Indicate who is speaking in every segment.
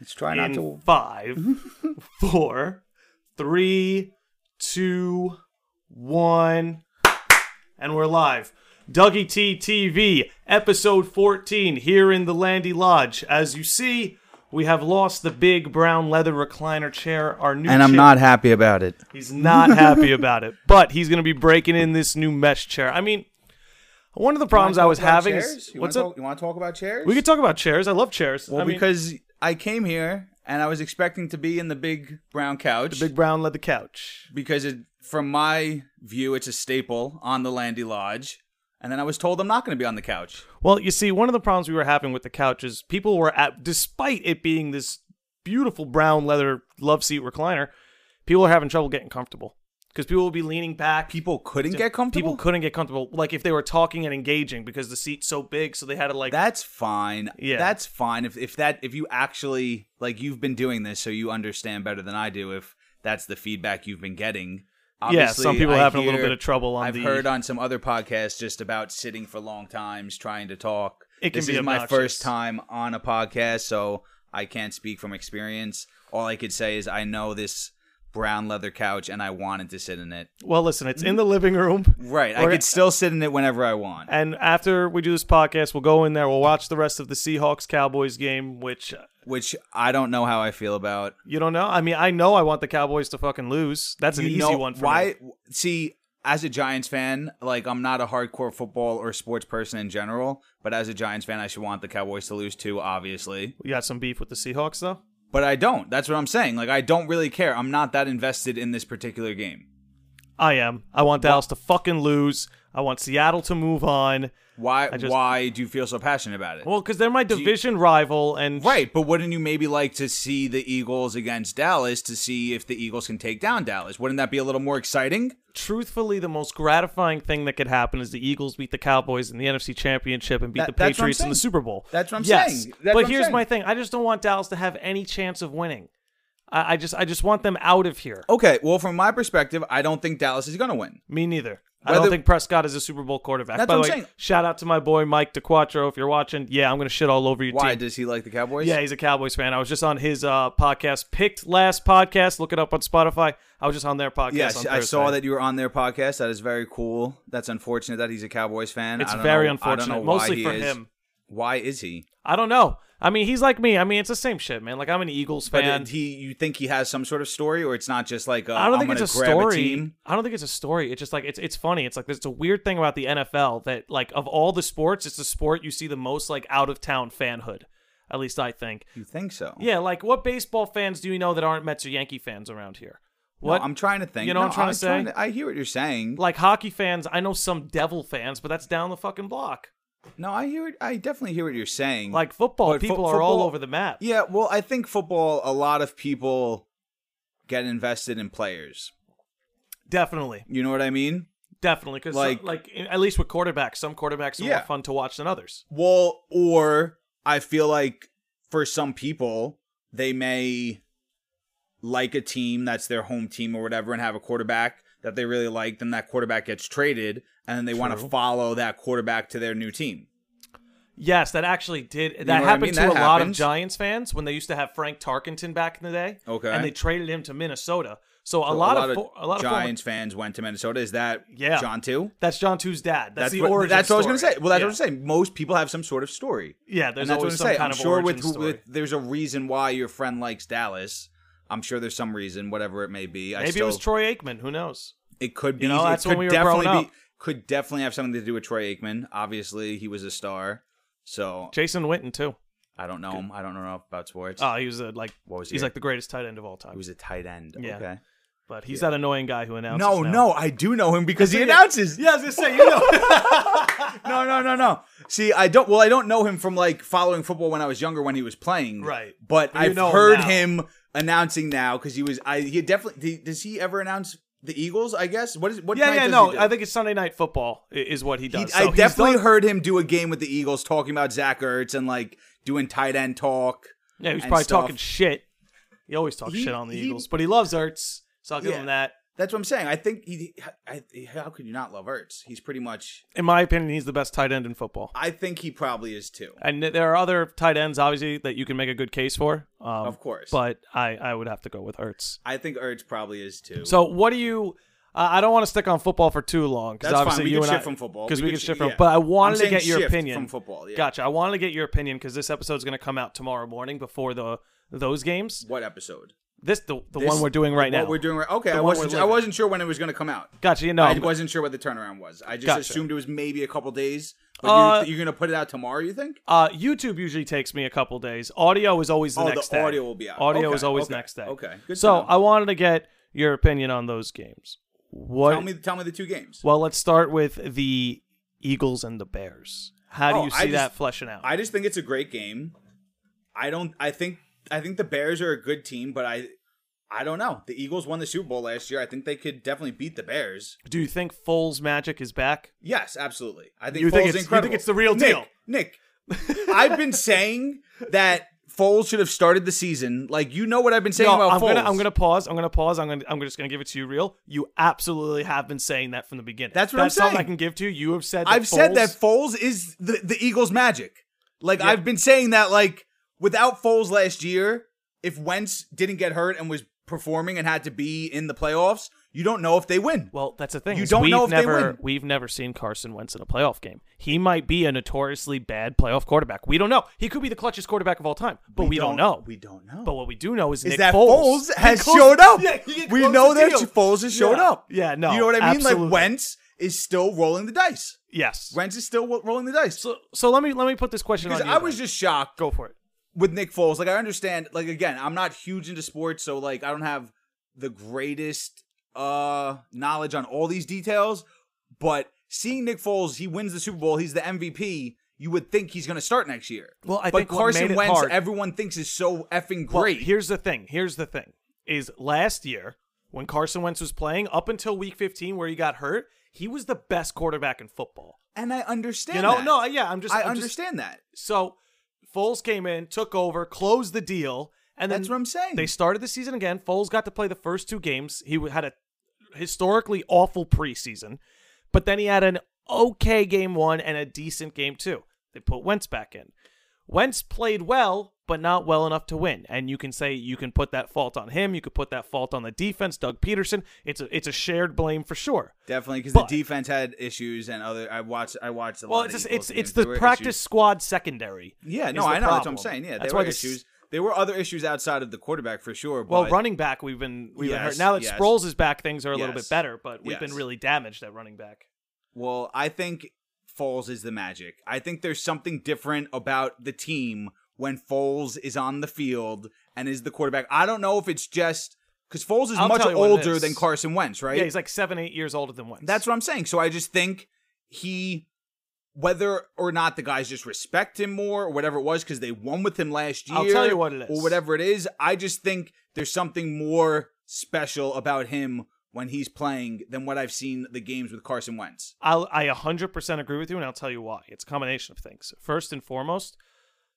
Speaker 1: Let's try not
Speaker 2: in
Speaker 1: to.
Speaker 2: five, four, three, two, one, and we're live. Dougie T TV, episode 14, here in the Landy Lodge. As you see, we have lost the big brown leather recliner chair. Our new
Speaker 1: And I'm
Speaker 2: chair-
Speaker 1: not happy about it.
Speaker 2: He's not happy about it, but he's going to be breaking in this new mesh chair. I mean, one of the problems I was having is
Speaker 1: You
Speaker 2: what's
Speaker 1: wanna
Speaker 2: up?
Speaker 1: Talk, you want to talk about chairs?
Speaker 2: We could talk about chairs. I love chairs.
Speaker 1: Well,
Speaker 2: I mean,
Speaker 1: because I came here and I was expecting to be in the big brown couch.
Speaker 2: big brown leather couch.
Speaker 1: because it, from my view, it's a staple on the Landy Lodge. And then I was told I'm not going to be on the couch.
Speaker 2: Well, you see, one of the problems we were having with the couch is people were at, despite it being this beautiful brown leather love seat recliner, people are having trouble getting comfortable because people will be leaning back.
Speaker 1: People couldn't get comfortable.
Speaker 2: People couldn't get comfortable, like if they were talking and engaging because the seat's so big, so they had to like.
Speaker 1: That's fine.
Speaker 2: Yeah.
Speaker 1: That's fine. If if that if you actually like you've been doing this, so you understand better than I do. If that's the feedback you've been getting,
Speaker 2: yeah, some people
Speaker 1: I
Speaker 2: are having a little
Speaker 1: hear-
Speaker 2: bit of trouble on
Speaker 1: I've
Speaker 2: the.
Speaker 1: heard on some other podcasts just about sitting for long times trying to talk.
Speaker 2: It can
Speaker 1: this
Speaker 2: be
Speaker 1: is my
Speaker 2: obnoxious.
Speaker 1: first time on a podcast, so I can't speak from experience. All I could say is I know this brown leather couch, and I wanted to sit in it.
Speaker 2: well, listen, it's in the living room.
Speaker 1: Right, I
Speaker 2: Or-
Speaker 1: could still sit in it whenever I want.
Speaker 2: And after we do this podcast, we'll go in there. We'll watch the rest of the Seahawks Cowboys game, which
Speaker 1: Which I don't know how I feel about.
Speaker 2: you don't know. I mean, I know I want the Cowboys to fucking lose. That's an
Speaker 1: You
Speaker 2: easy
Speaker 1: know-
Speaker 2: one for me.
Speaker 1: why? See, as a Giants fan, like I'm not a hardcore football or sports person in general, but as a Giants fan, I should want the Cowboys to lose too, obviously.
Speaker 2: You got some beef with the Seahawks though.
Speaker 1: But I don't. That's what I'm saying. Like I don't really care. I'm not that invested in this particular game.
Speaker 2: I am. I want Dallas to fucking lose. I want Seattle to move on.
Speaker 1: Why?
Speaker 2: just-
Speaker 1: why do you feel so passionate about it?
Speaker 2: Well, because they're my division rival, and
Speaker 1: Right, but wouldn't you maybe like to see the Eagles against Dallas to see if the Eagles can take down Dallas? Wouldn't that be a little more exciting?
Speaker 2: truthfully, the most gratifying thing that could happen is the Eagles beat the Cowboys in the NFC Championship and beat
Speaker 1: That-
Speaker 2: the
Speaker 1: that's what I'm
Speaker 2: Patriots in the
Speaker 1: saying.
Speaker 2: Super Bowl.
Speaker 1: That's what I'm
Speaker 2: yes.
Speaker 1: saying. That's
Speaker 2: but
Speaker 1: what I'm
Speaker 2: here's
Speaker 1: saying.
Speaker 2: my thing: I just don't want Dallas to have any chance of winning. I, I just, I just want them out of here.
Speaker 1: Okay, well, from my perspective, I don't think Dallas is going to win.
Speaker 2: Me neither. I
Speaker 1: Whether-
Speaker 2: don't think Prescott is a Super Bowl quarterback.
Speaker 1: That's
Speaker 2: By
Speaker 1: what
Speaker 2: the
Speaker 1: I'm
Speaker 2: way,
Speaker 1: saying.
Speaker 2: shout out to my boy Mike DeQuatro. If you're watching, yeah, I'm gonna shit all over your
Speaker 1: Why
Speaker 2: team.
Speaker 1: does he like the Cowboys?
Speaker 2: Yeah, he's a Cowboys fan. I was just on his uh, podcast, picked last podcast. Look it up on Spotify. I was just on their podcast.
Speaker 1: Yes,
Speaker 2: on
Speaker 1: I saw
Speaker 2: Thursday.
Speaker 1: that you were on their podcast. That is very cool. That's unfortunate that he's a Cowboys fan.
Speaker 2: It's
Speaker 1: I don't
Speaker 2: very
Speaker 1: know- I
Speaker 2: unfortunate,
Speaker 1: don't know why
Speaker 2: mostly
Speaker 1: he
Speaker 2: for
Speaker 1: is.
Speaker 2: him.
Speaker 1: Why is he?
Speaker 2: I don't know. I mean, he's like me. I mean, it's the same shit, man. Like I'm an Eagles
Speaker 1: But
Speaker 2: fan.
Speaker 1: it- he, you think he has some sort of story, or it's not just like I
Speaker 2: I don't think
Speaker 1: I'm
Speaker 2: it's a
Speaker 1: gonna grab
Speaker 2: story.
Speaker 1: team?
Speaker 2: I don't think it's a story. It's just like it's it's funny. It's like it's a weird thing about the NFL that like of all the sports, it's the sport you see the most like out of town fanhood. At least I think.
Speaker 1: You think so?
Speaker 2: Yeah, like what baseball fans do you know that aren't Mets or Yankee fans around here?
Speaker 1: No,
Speaker 2: What
Speaker 1: I'm trying to think.
Speaker 2: You know
Speaker 1: No,
Speaker 2: what I'm trying to say?
Speaker 1: I hear what you're saying.
Speaker 2: like hockey fans? I know some Devil fans, but that's down the fucking block.
Speaker 1: No, I hear. It, I definitely hear what you're saying.
Speaker 2: Like football,
Speaker 1: Mm. But fo-
Speaker 2: people are all
Speaker 1: football-
Speaker 2: over the map.
Speaker 1: yeah. Well, I think football. A lot of people get invested in players.
Speaker 2: Definitely,
Speaker 1: You know what I mean?
Speaker 2: definitely, because like,
Speaker 1: Like-
Speaker 2: like at least with quarterbacks, some quarterbacks are
Speaker 1: Yeah.
Speaker 2: more fun to watch than others.
Speaker 1: Well, or I feel like for some people, they may like a team that's their home team or whatever and have a quarterback that they really like. Then that quarterback gets traded and then they want to
Speaker 2: True.
Speaker 1: follow that quarterback to their new team.
Speaker 2: Yes, that actually did. That
Speaker 1: know what I
Speaker 2: happened
Speaker 1: mean?
Speaker 2: to
Speaker 1: That
Speaker 2: a lot of
Speaker 1: happens.
Speaker 2: Giants fans when they used to have Frank Tarkenton back in the day.
Speaker 1: Okay.
Speaker 2: and they traded him to Minnesota. So a, lot, of, fo- a lot of former-
Speaker 1: Giants fans went to Minnesota. Is that
Speaker 2: Yeah.
Speaker 1: John too?
Speaker 2: that's John Two's dad. That's, the
Speaker 1: what,
Speaker 2: origin.
Speaker 1: That's what I was
Speaker 2: story.
Speaker 1: gonna say. Well, that's
Speaker 2: yeah.
Speaker 1: what I'm saying. Most people have some sort of story.
Speaker 2: Yeah, there's
Speaker 1: and that's what I'm
Speaker 2: always some
Speaker 1: saying.
Speaker 2: kind
Speaker 1: I'm
Speaker 2: of
Speaker 1: sure
Speaker 2: origin
Speaker 1: with,
Speaker 2: story.
Speaker 1: with there's a reason why your friend likes Dallas. I'm sure there's some reason, whatever it may be. I
Speaker 2: Maybe
Speaker 1: still,
Speaker 2: it was Troy Aikman. Who knows?
Speaker 1: It could be.
Speaker 2: know,
Speaker 1: it
Speaker 2: that's when
Speaker 1: could
Speaker 2: we were
Speaker 1: definitely
Speaker 2: growing
Speaker 1: be.
Speaker 2: up.
Speaker 1: Could definitely have something to do with Troy Aikman. Obviously, he was a star. So
Speaker 2: Jason Witten too.
Speaker 1: I don't know him. I don't know enough about sports.
Speaker 2: Oh, he was a, like
Speaker 1: What was he?
Speaker 2: he's like the greatest tight end of all
Speaker 1: he
Speaker 2: time.
Speaker 1: was a tight end.
Speaker 2: Yeah.
Speaker 1: Okay.
Speaker 2: But he's that annoying guy who announces.
Speaker 1: No,
Speaker 2: now.
Speaker 1: no, I do know him because he
Speaker 2: Yeah.
Speaker 1: announces.
Speaker 2: Yeah, I was gonna say you know.
Speaker 1: No, no, no, no. See, I don't. Well, I don't know him from like following football when I was younger when he was playing.
Speaker 2: Right.
Speaker 1: But
Speaker 2: But you
Speaker 1: I've
Speaker 2: know him
Speaker 1: heard
Speaker 2: now.
Speaker 1: him announcing now because he was. I he definitely. Does he ever announce the Eagles? I guess. What is what?
Speaker 2: yeah,
Speaker 1: night
Speaker 2: yeah,
Speaker 1: does
Speaker 2: no.
Speaker 1: he do?
Speaker 2: I think it's Sunday Night Football i- is what he
Speaker 1: He-
Speaker 2: does. So
Speaker 1: I
Speaker 2: he's
Speaker 1: definitely
Speaker 2: done-
Speaker 1: heard him do a game with the Eagles talking about Zach Ertz and like doing tight end talk.
Speaker 2: Yeah, he was
Speaker 1: and
Speaker 2: probably
Speaker 1: stuff.
Speaker 2: talking shit. He always talks
Speaker 1: He-
Speaker 2: shit on the
Speaker 1: he-
Speaker 2: Eagles, but he loves Ertz, so I'll give
Speaker 1: Yeah.
Speaker 2: him that.
Speaker 1: That's what I'm saying. I think he. I, how could you not love Ertz? He's pretty much.
Speaker 2: In my opinion, he's the best tight end in football.
Speaker 1: I think he probably is too.
Speaker 2: And there are other tight ends, obviously, that you can make a good case for. Um,
Speaker 1: Of course.
Speaker 2: But I, I would have to go with Ertz.
Speaker 1: I think Ertz probably is too.
Speaker 2: So what do you? Uh, I don't want to stick on football for too long because
Speaker 1: That's fine.
Speaker 2: obviously
Speaker 1: We
Speaker 2: you
Speaker 1: can
Speaker 2: and
Speaker 1: shift
Speaker 2: I,
Speaker 1: from football.
Speaker 2: because
Speaker 1: We
Speaker 2: we,
Speaker 1: can
Speaker 2: can
Speaker 1: shi-
Speaker 2: shift from.
Speaker 1: yeah.
Speaker 2: But I wanted
Speaker 1: I'm
Speaker 2: to
Speaker 1: saying
Speaker 2: get your
Speaker 1: shift
Speaker 2: opinion
Speaker 1: from football, yeah.
Speaker 2: Gotcha. I wanted to get your opinion because this episode's going to come out tomorrow morning before the those games.
Speaker 1: what episode?
Speaker 2: This the, the
Speaker 1: This-
Speaker 2: one we're doing right
Speaker 1: what
Speaker 2: now.
Speaker 1: we're doing right. Okay, I
Speaker 2: one
Speaker 1: wasn't.
Speaker 2: we're
Speaker 1: I
Speaker 2: living.
Speaker 1: wasn't sure when it was going to come out.
Speaker 2: gotcha. You know,
Speaker 1: I wasn't sure what the turnaround was. I just
Speaker 2: Gotcha.
Speaker 1: assumed it was maybe a couple days. But
Speaker 2: Uh,
Speaker 1: you, you're going to put it out tomorrow. You think?
Speaker 2: uh, YouTube usually takes me a couple days. Audio is always the
Speaker 1: Oh, the
Speaker 2: next day.
Speaker 1: audio will be out.
Speaker 2: Audio
Speaker 1: Okay,
Speaker 2: is always
Speaker 1: okay,
Speaker 2: next day.
Speaker 1: okay. Good to
Speaker 2: so
Speaker 1: know.
Speaker 2: I wanted to get your opinion on those games. What?
Speaker 1: Tell me. Tell me the two games.
Speaker 2: well, let's start with the Eagles and the Bears. How do
Speaker 1: Oh,
Speaker 2: you see
Speaker 1: I
Speaker 2: that
Speaker 1: just-
Speaker 2: fleshing out?
Speaker 1: I just think it's a great game. I don't. I think. I think the Bears are a good team, but I. I don't know. The Eagles won the Super Bowl last year. I think they could definitely beat the Bears.
Speaker 2: Do you think Foles' magic is back?
Speaker 1: Yes, absolutely. I think
Speaker 2: You
Speaker 1: Foles
Speaker 2: think
Speaker 1: is
Speaker 2: it's- you think
Speaker 1: incredible.
Speaker 2: it's the real
Speaker 1: Nick,
Speaker 2: deal?
Speaker 1: Nick, I've been saying that Foles should have started the season. Like you know what I've been saying
Speaker 2: No,
Speaker 1: about
Speaker 2: I'm
Speaker 1: Foles.
Speaker 2: gonna I'm gonna pause. I'm gonna pause. I'm gonna I'm just gonna give it to you real. You absolutely have been saying that from the beginning.
Speaker 1: That's what I'm
Speaker 2: something I
Speaker 1: saying.
Speaker 2: can give to you. You have said that
Speaker 1: I've said that
Speaker 2: Foles-
Speaker 1: Foles is the, the Eagles' magic. Like I've been saying that. Like without Foles last year, if Wentz didn't get hurt and was performing and had to be in the playoffs, you don't know if they win.
Speaker 2: Well, that's the thing.
Speaker 1: You
Speaker 2: is
Speaker 1: don't
Speaker 2: we've
Speaker 1: know if they
Speaker 2: never,
Speaker 1: win.
Speaker 2: We've never seen Carson Wentz in a playoff game. He might be a notoriously bad playoff quarterback. We don't know. He could be the clutchest quarterback of all time, but we, don't, know.
Speaker 1: We don't know.
Speaker 2: but what we do know is,
Speaker 1: is
Speaker 2: Nick
Speaker 1: that
Speaker 2: Foles,
Speaker 1: Foles, has
Speaker 2: He closed-
Speaker 1: showed up?
Speaker 2: Yeah, he closed
Speaker 1: we
Speaker 2: the
Speaker 1: know that
Speaker 2: deal.
Speaker 1: Foles has showed
Speaker 2: Yeah.
Speaker 1: up.
Speaker 2: Yeah, no,
Speaker 1: you know what I mean.
Speaker 2: absolutely.
Speaker 1: Like Wentz is still rolling the dice.
Speaker 2: Yes.
Speaker 1: Wentz is still wo- rolling the dice.
Speaker 2: so, so let me let me put this question
Speaker 1: Because
Speaker 2: on you.
Speaker 1: I was
Speaker 2: then.
Speaker 1: just shocked
Speaker 2: go for it.
Speaker 1: with Nick Foles. Like I understand. Like again, I'm not huge into sports, so like I don't have the greatest uh knowledge on all these details. But seeing Nick Foles, he wins the Super Bowl. He's the MVP. You would think he's going to start next year.
Speaker 2: Well, I
Speaker 1: but
Speaker 2: think what
Speaker 1: Carson
Speaker 2: made it
Speaker 1: Wentz,
Speaker 2: hard-
Speaker 1: everyone thinks is so effing
Speaker 2: Well,
Speaker 1: great.
Speaker 2: here's the thing. Here's the thing. Is last year when Carson Wentz was playing up until week 15 where he got hurt, he was the best quarterback in football.
Speaker 1: and I understand.
Speaker 2: You know?
Speaker 1: that.
Speaker 2: No, yeah, I'm just
Speaker 1: I
Speaker 2: I'm just-
Speaker 1: understand that.
Speaker 2: So Foles came in, took over, closed the deal, and then
Speaker 1: That's what I'm saying.
Speaker 2: they started the season again. Foles got to play the first two games. He had a historically awful preseason, but then he had an okay game one and a decent game two. They put Wentz back in. Wentz played well, but not well enough to win. And you can say you can put that fault on him. You could put that fault on the defense, Doug Peterson. It's a it's a shared blame for sure.
Speaker 1: Definitely, because
Speaker 2: But-
Speaker 1: the defense had issues and other. I watched. I watched a
Speaker 2: Well,
Speaker 1: lot.
Speaker 2: it's
Speaker 1: of
Speaker 2: just,
Speaker 1: Eagles
Speaker 2: it's it's
Speaker 1: games. There
Speaker 2: the
Speaker 1: were
Speaker 2: practice
Speaker 1: issues.
Speaker 2: squad secondary.
Speaker 1: Yeah,
Speaker 2: is
Speaker 1: no,
Speaker 2: the
Speaker 1: I know. That's what I'm
Speaker 2: problem.
Speaker 1: saying. Yeah, there
Speaker 2: that's
Speaker 1: were
Speaker 2: why this-
Speaker 1: issues. There were other issues outside of the quarterback for sure.
Speaker 2: Well,
Speaker 1: but
Speaker 2: running back, we've been we've been
Speaker 1: Yes,
Speaker 2: hurt. Now that
Speaker 1: yes.
Speaker 2: Sproles is back, things are a little bit
Speaker 1: Yes.
Speaker 2: better, but we've been
Speaker 1: Yes.
Speaker 2: really damaged at running back.
Speaker 1: Well, I think Foles is the magic. I think there's something different about the team when Foles is on the field and is the quarterback. I don't know if it's just because Foles is
Speaker 2: I'll
Speaker 1: much
Speaker 2: tell you what it
Speaker 1: older
Speaker 2: is.
Speaker 1: than Carson Wentz, right?
Speaker 2: Yeah, he's like seven, eight years older than Wentz.
Speaker 1: That's what I'm saying. So I just think he, whether or not the guys just respect him more or whatever it was, because they won with him last year.
Speaker 2: I'll tell you what it is.
Speaker 1: Or whatever it is. I just think there's something more special about him when he's playing than what I've seen the games with Carson Wentz.
Speaker 2: I'll, I 100% agree with you, and I'll tell you why. It's a combination of things. First and foremost,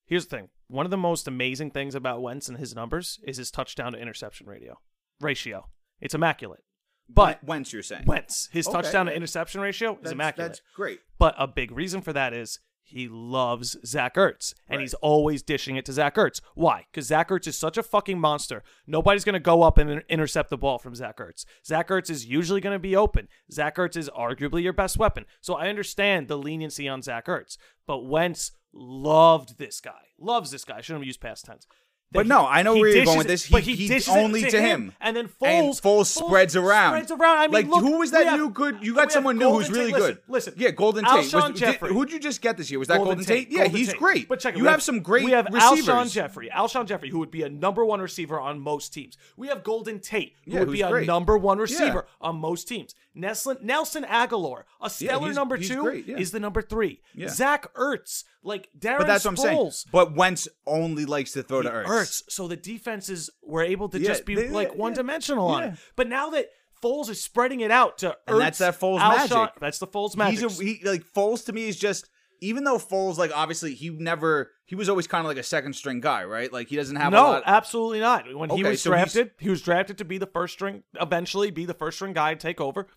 Speaker 2: here's the thing: one of the most amazing things about Wentz and his numbers is his touchdown to interception radio ratio. It's immaculate. But
Speaker 1: Wentz, you're saying.
Speaker 2: Wentz, his
Speaker 1: Eh. Okay,
Speaker 2: touchdown to
Speaker 1: yeah.
Speaker 2: interception ratio is
Speaker 1: That's-
Speaker 2: immaculate.
Speaker 1: That's great.
Speaker 2: But a big reason for that is he loves Zach Ertz, and
Speaker 1: Right.
Speaker 2: he's always dishing it to Zach Ertz. Why? Because Zach Ertz is such a fucking monster. Nobody's going to go up and in- intercept the ball from Zach Ertz. Zach Ertz is usually going to be open. Zach Ertz is arguably your best weapon. So I understand the leniency on Zach Ertz, but Wentz loved this guy. Loves this guy. Shouldn't have used past tense.
Speaker 1: But
Speaker 2: That
Speaker 1: no, I know
Speaker 2: he
Speaker 1: where you're going
Speaker 2: dishes
Speaker 1: with
Speaker 2: it-
Speaker 1: this. He-
Speaker 2: but he,
Speaker 1: he
Speaker 2: dishes it
Speaker 1: only
Speaker 2: to
Speaker 1: to
Speaker 2: him,
Speaker 1: him.
Speaker 2: and then Foles,
Speaker 1: And Foles spreads around.
Speaker 2: Spreads around. I mean,
Speaker 1: like
Speaker 2: look,
Speaker 1: who was
Speaker 2: we
Speaker 1: that
Speaker 2: have-
Speaker 1: new good? You
Speaker 2: we
Speaker 1: got
Speaker 2: have
Speaker 1: someone new who's
Speaker 2: Golden
Speaker 1: really
Speaker 2: Tate-
Speaker 1: good.
Speaker 2: Listen, listen.
Speaker 1: yeah, Golden Tate. Was-
Speaker 2: Alshon
Speaker 1: did-
Speaker 2: Jeffrey.
Speaker 1: who'd you just get this year? Was that Golden, Tate? Yeah,
Speaker 2: Golden
Speaker 1: he's
Speaker 2: Tate.
Speaker 1: great.
Speaker 2: But check it.
Speaker 1: you
Speaker 2: we
Speaker 1: have, some great.
Speaker 2: We have
Speaker 1: receivers.
Speaker 2: Alshon Jeffrey. Alshon Jeffrey, who would be a number one receiver on most teams. We have Golden Tate, who
Speaker 1: Yeah,
Speaker 2: would be
Speaker 1: who's
Speaker 2: a
Speaker 1: great.
Speaker 2: number one receiver on most teams. Nelson, Nelson Aguilar, a stellar
Speaker 1: he's-
Speaker 2: number
Speaker 1: he's
Speaker 2: two,
Speaker 1: great, yeah.
Speaker 2: is the number three.
Speaker 1: Yeah.
Speaker 2: Zach Ertz, like Darren
Speaker 1: But that's what I'm saying.
Speaker 2: Sproles,
Speaker 1: But Wentz only likes to throw to
Speaker 2: the
Speaker 1: Ertz.
Speaker 2: Ertz. So the defenses were able to
Speaker 1: Yeah,
Speaker 2: just be
Speaker 1: they-
Speaker 2: like
Speaker 1: yeah,
Speaker 2: one dimensional on
Speaker 1: yeah.
Speaker 2: it. But now that Foles is spreading it out to Ertz,
Speaker 1: And that's that Foles
Speaker 2: Alshon-
Speaker 1: magic.
Speaker 2: That's the Foles magic.
Speaker 1: He's a, he like Foles to me is just even though Foles, like obviously he never he was always kind of like a second string guy, right? Like he doesn't have a
Speaker 2: no,
Speaker 1: lot.
Speaker 2: absolutely not. When he
Speaker 1: Okay,
Speaker 2: was
Speaker 1: so he's-
Speaker 2: drafted, he was drafted to be the first string, eventually be the first string guy to take over.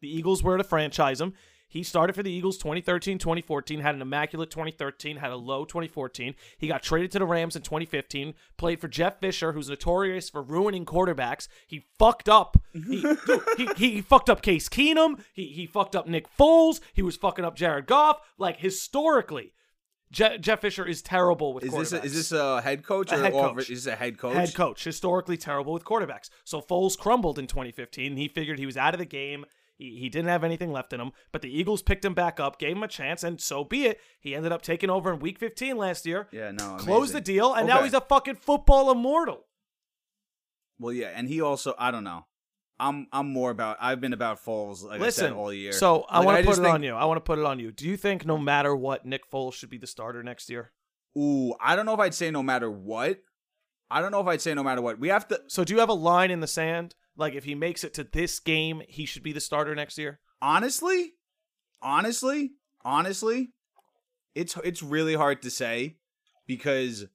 Speaker 2: The Eagles were to franchise him. He started for the Eagles 2013, 2014, had an immaculate 2013, had a low 2014. He got traded to the Rams in 2015, played for Jeff Fisher, who's notorious for ruining quarterbacks. He fucked up. He, dude, he, he fucked up Case Keenum. He, he fucked up Nick Foles. He was fucking up Jared Goff. Like, historically, Je- Jeff Fisher is terrible with
Speaker 1: is
Speaker 2: quarterbacks.
Speaker 1: this a, is this a head coach
Speaker 2: A
Speaker 1: or
Speaker 2: head
Speaker 1: all-
Speaker 2: coach.
Speaker 1: is this a head coach?
Speaker 2: Head coach, historically terrible with quarterbacks. So Foles crumbled in 2015. He figured he was out of the game. He, he didn't have anything left in him, but the Eagles picked him back up, gave him a chance, and so be it. He ended up taking over in week 15 last year,
Speaker 1: Yeah, no.
Speaker 2: closed the
Speaker 1: amazing.
Speaker 2: deal, and now
Speaker 1: Okay.
Speaker 2: he's a fucking football immortal.
Speaker 1: Well, yeah, and he also I don't know. I'm I'm more about I've been about Foles like I
Speaker 2: Listen,
Speaker 1: said all year.
Speaker 2: so I
Speaker 1: Like,
Speaker 2: want to put it
Speaker 1: just
Speaker 2: on
Speaker 1: think-
Speaker 2: you. I want to put it on you. Do you think no matter what, Nick Foles should be the starter next year?
Speaker 1: Ooh, I don't know if I'd say no matter what. I don't know if I'd say no matter what. We have to.
Speaker 2: So do you have a line in the sand? Like if he makes it to this game, he should be the starter next year?
Speaker 1: honestly, honestly, honestly, it's it's really hard to say because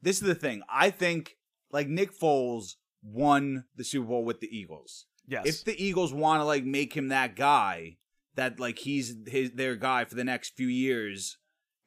Speaker 1: this is the thing. I think like Nick Foles won the Super Bowl with the Eagles.
Speaker 2: Yes.
Speaker 1: If the Eagles want to like make him that guy that like he's his their guy for the next few years,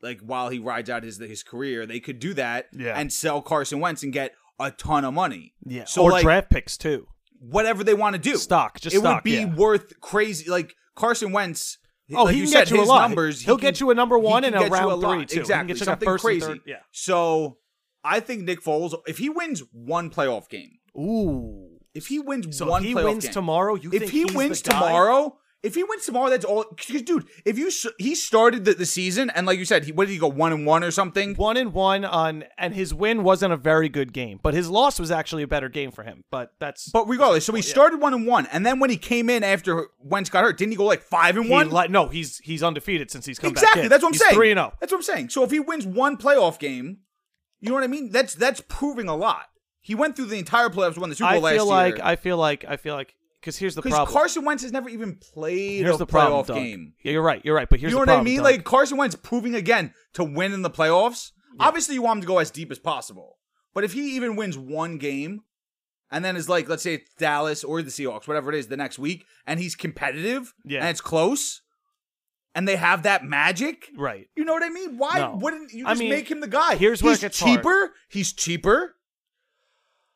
Speaker 1: like while he rides out his his career, they could do that
Speaker 2: Yeah.
Speaker 1: and sell Carson Wentz and get a ton of money.
Speaker 2: yeah.
Speaker 1: So,
Speaker 2: or
Speaker 1: like-
Speaker 2: draft picks too.
Speaker 1: Whatever they want to do
Speaker 2: Stock. Just
Speaker 1: it
Speaker 2: stock,
Speaker 1: would be
Speaker 2: yeah.
Speaker 1: worth crazy. Like Carson Wentz.
Speaker 2: Oh,
Speaker 1: like
Speaker 2: he
Speaker 1: you
Speaker 2: can
Speaker 1: said,
Speaker 2: get you a
Speaker 1: his
Speaker 2: lot.
Speaker 1: numbers.
Speaker 2: He'll
Speaker 1: he can-
Speaker 2: get you a number
Speaker 1: he
Speaker 2: one
Speaker 1: can
Speaker 2: and a
Speaker 1: get you
Speaker 2: round
Speaker 1: lot.
Speaker 2: three too. He can
Speaker 1: Exactly,
Speaker 2: get you like a
Speaker 1: something
Speaker 2: first and
Speaker 1: crazy.
Speaker 2: third- Yeah.
Speaker 1: So I think Nick Foles, if he wins one playoff game,
Speaker 2: Ooh.
Speaker 1: if he wins
Speaker 2: So
Speaker 1: one
Speaker 2: if he
Speaker 1: playoff
Speaker 2: wins
Speaker 1: game-
Speaker 2: tomorrow, you
Speaker 1: if
Speaker 2: think
Speaker 1: he
Speaker 2: he's
Speaker 1: wins
Speaker 2: the guy?
Speaker 1: tomorrow, if he wins tomorrow, that's all. Because dude, if you s he started the, the season and like you said, he what did he go one and one or something?
Speaker 2: One and one on, and his win wasn't a very good game, but his loss was actually a better game for him. But that's
Speaker 1: But regardless, so he started one and one, and then when he came in after Wentz got hurt, didn't he go like five and
Speaker 2: he
Speaker 1: one?
Speaker 2: li- no, he's he's undefeated since he's come back.
Speaker 1: Exactly.
Speaker 2: in.
Speaker 1: That's what I'm
Speaker 2: He's
Speaker 1: saying.
Speaker 2: Three and oh. zero.
Speaker 1: That's what I'm saying. So if he wins one playoff game, you know what I mean? That's that's proving a lot. He went through the entire playoffs, won the Super
Speaker 2: I
Speaker 1: Bowl last
Speaker 2: feel like
Speaker 1: year.
Speaker 2: I feel like I feel like because here's the
Speaker 1: Because
Speaker 2: problem.
Speaker 1: Carson Wentz has never even played
Speaker 2: here's
Speaker 1: a
Speaker 2: the problem,
Speaker 1: playoff
Speaker 2: Doug.
Speaker 1: game.
Speaker 2: Yeah, you're right. You're right. But here's
Speaker 1: you know
Speaker 2: the
Speaker 1: what
Speaker 2: problem.
Speaker 1: I mean?
Speaker 2: Doug.
Speaker 1: Like Carson Wentz proving again to win in the playoffs. Obviously, you want him to go as deep as possible. But if he even wins one game, and then is like, let's say it's Dallas or the Seahawks, whatever it is, the next week, and he's competitive,
Speaker 2: Yeah.
Speaker 1: and it's close, and they have that magic,
Speaker 2: right.
Speaker 1: you know what I mean? Why
Speaker 2: No.
Speaker 1: wouldn't you
Speaker 2: I
Speaker 1: just
Speaker 2: mean,
Speaker 1: make him the guy?
Speaker 2: here's where it
Speaker 1: he's
Speaker 2: gets hard.
Speaker 1: cheaper. He's cheaper.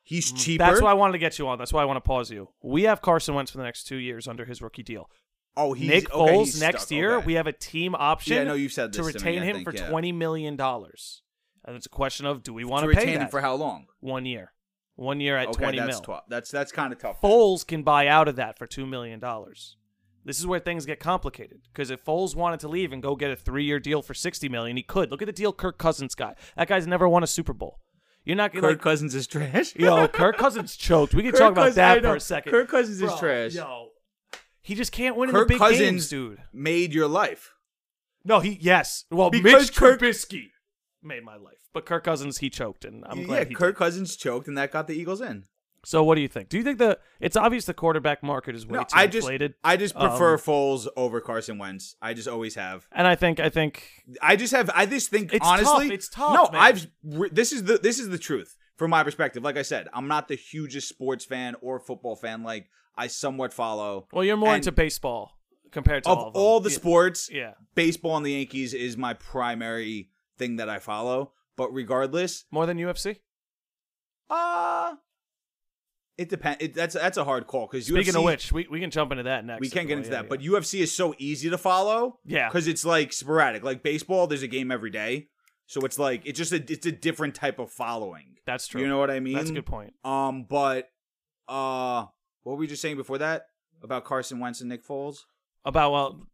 Speaker 1: He's cheaper.
Speaker 2: Mm, That's why I wanted to get you on. That's why I want to pause you. We have Carson Wentz for the next two years under his rookie deal.
Speaker 1: Oh, he's
Speaker 2: Nick
Speaker 1: okay,
Speaker 2: Foles
Speaker 1: he's
Speaker 2: next
Speaker 1: stuck.
Speaker 2: year,
Speaker 1: Okay.
Speaker 2: we have a team option
Speaker 1: Yeah, I know you've said
Speaker 2: to
Speaker 1: this to me,
Speaker 2: retain
Speaker 1: I
Speaker 2: him
Speaker 1: think,
Speaker 2: for
Speaker 1: yeah.
Speaker 2: twenty million dollars. And it's a question of do we want
Speaker 1: to
Speaker 2: to
Speaker 1: retain
Speaker 2: pay
Speaker 1: him
Speaker 2: that
Speaker 1: for how long?
Speaker 2: one year, one year at
Speaker 1: okay,
Speaker 2: twenty
Speaker 1: that's
Speaker 2: mil.
Speaker 1: tough. That's that's kind of tough.
Speaker 2: Foles can buy out of that for two million dollars. This is where things get complicated because if Foles wanted to leave and go get a three-year deal for sixty million, he could. Look at the deal Kirk Cousins got. That guy's never won a Super Bowl. You're not gonna.
Speaker 1: Kirk Cousins is trash.
Speaker 2: Yo, Kirk Cousins choked. We can
Speaker 1: Kirk
Speaker 2: talk about
Speaker 1: Cousins- I
Speaker 2: that
Speaker 1: know.
Speaker 2: for a second.
Speaker 1: Kirk Cousins is
Speaker 2: Bro,
Speaker 1: trash.
Speaker 2: Yo, he just can't win in
Speaker 1: Kirk
Speaker 2: the big
Speaker 1: Cousins
Speaker 2: games, dude.
Speaker 1: made your life.
Speaker 2: No, he yes. Well,
Speaker 1: Because
Speaker 2: Mitch
Speaker 1: Kirk-
Speaker 2: Trubisky made my life, but Kirk Cousins he choked, and I'm glad
Speaker 1: yeah,
Speaker 2: he
Speaker 1: Kirk
Speaker 2: did.
Speaker 1: Cousins choked, and that got the Eagles in.
Speaker 2: So, what do you think? Do you think the it's obvious the quarterback market is way
Speaker 1: No,
Speaker 2: too
Speaker 1: I just
Speaker 2: inflated?
Speaker 1: I just prefer
Speaker 2: Um,
Speaker 1: Foles over Carson Wentz. I just always have.
Speaker 2: and I think I think
Speaker 1: I just have. I just think
Speaker 2: It's
Speaker 1: honestly,
Speaker 2: tough, it's tough,
Speaker 1: No,
Speaker 2: man.
Speaker 1: I've. re- This is the this is the truth from my perspective. Like I said, I'm not the hugest sports fan or football fan. Like I somewhat follow
Speaker 2: well, you're more
Speaker 1: And-
Speaker 2: into baseball compared to
Speaker 1: of
Speaker 2: all of them.
Speaker 1: all the
Speaker 2: Yeah.
Speaker 1: sports.
Speaker 2: Yeah,
Speaker 1: Baseball and the Yankees is my primary thing that I follow. But regardless,
Speaker 2: more than UFC.
Speaker 1: uh it depends. It, that's that's a hard call because
Speaker 2: Speaking
Speaker 1: UFC,
Speaker 2: of which, we, we can jump into that next.
Speaker 1: we can
Speaker 2: if
Speaker 1: get
Speaker 2: want,
Speaker 1: into
Speaker 2: yeah,
Speaker 1: that.
Speaker 2: yeah.
Speaker 1: But UFC is so easy to follow.
Speaker 2: Yeah.
Speaker 1: because it's like sporadic. Like baseball, there's a game every day, so it's like it's just a it's a different type of following.
Speaker 2: that's true.
Speaker 1: You know what I mean?
Speaker 2: that's a good point.
Speaker 1: Um, but uh, what were we just saying before that about Carson Wentz and Nick Foles?
Speaker 2: about well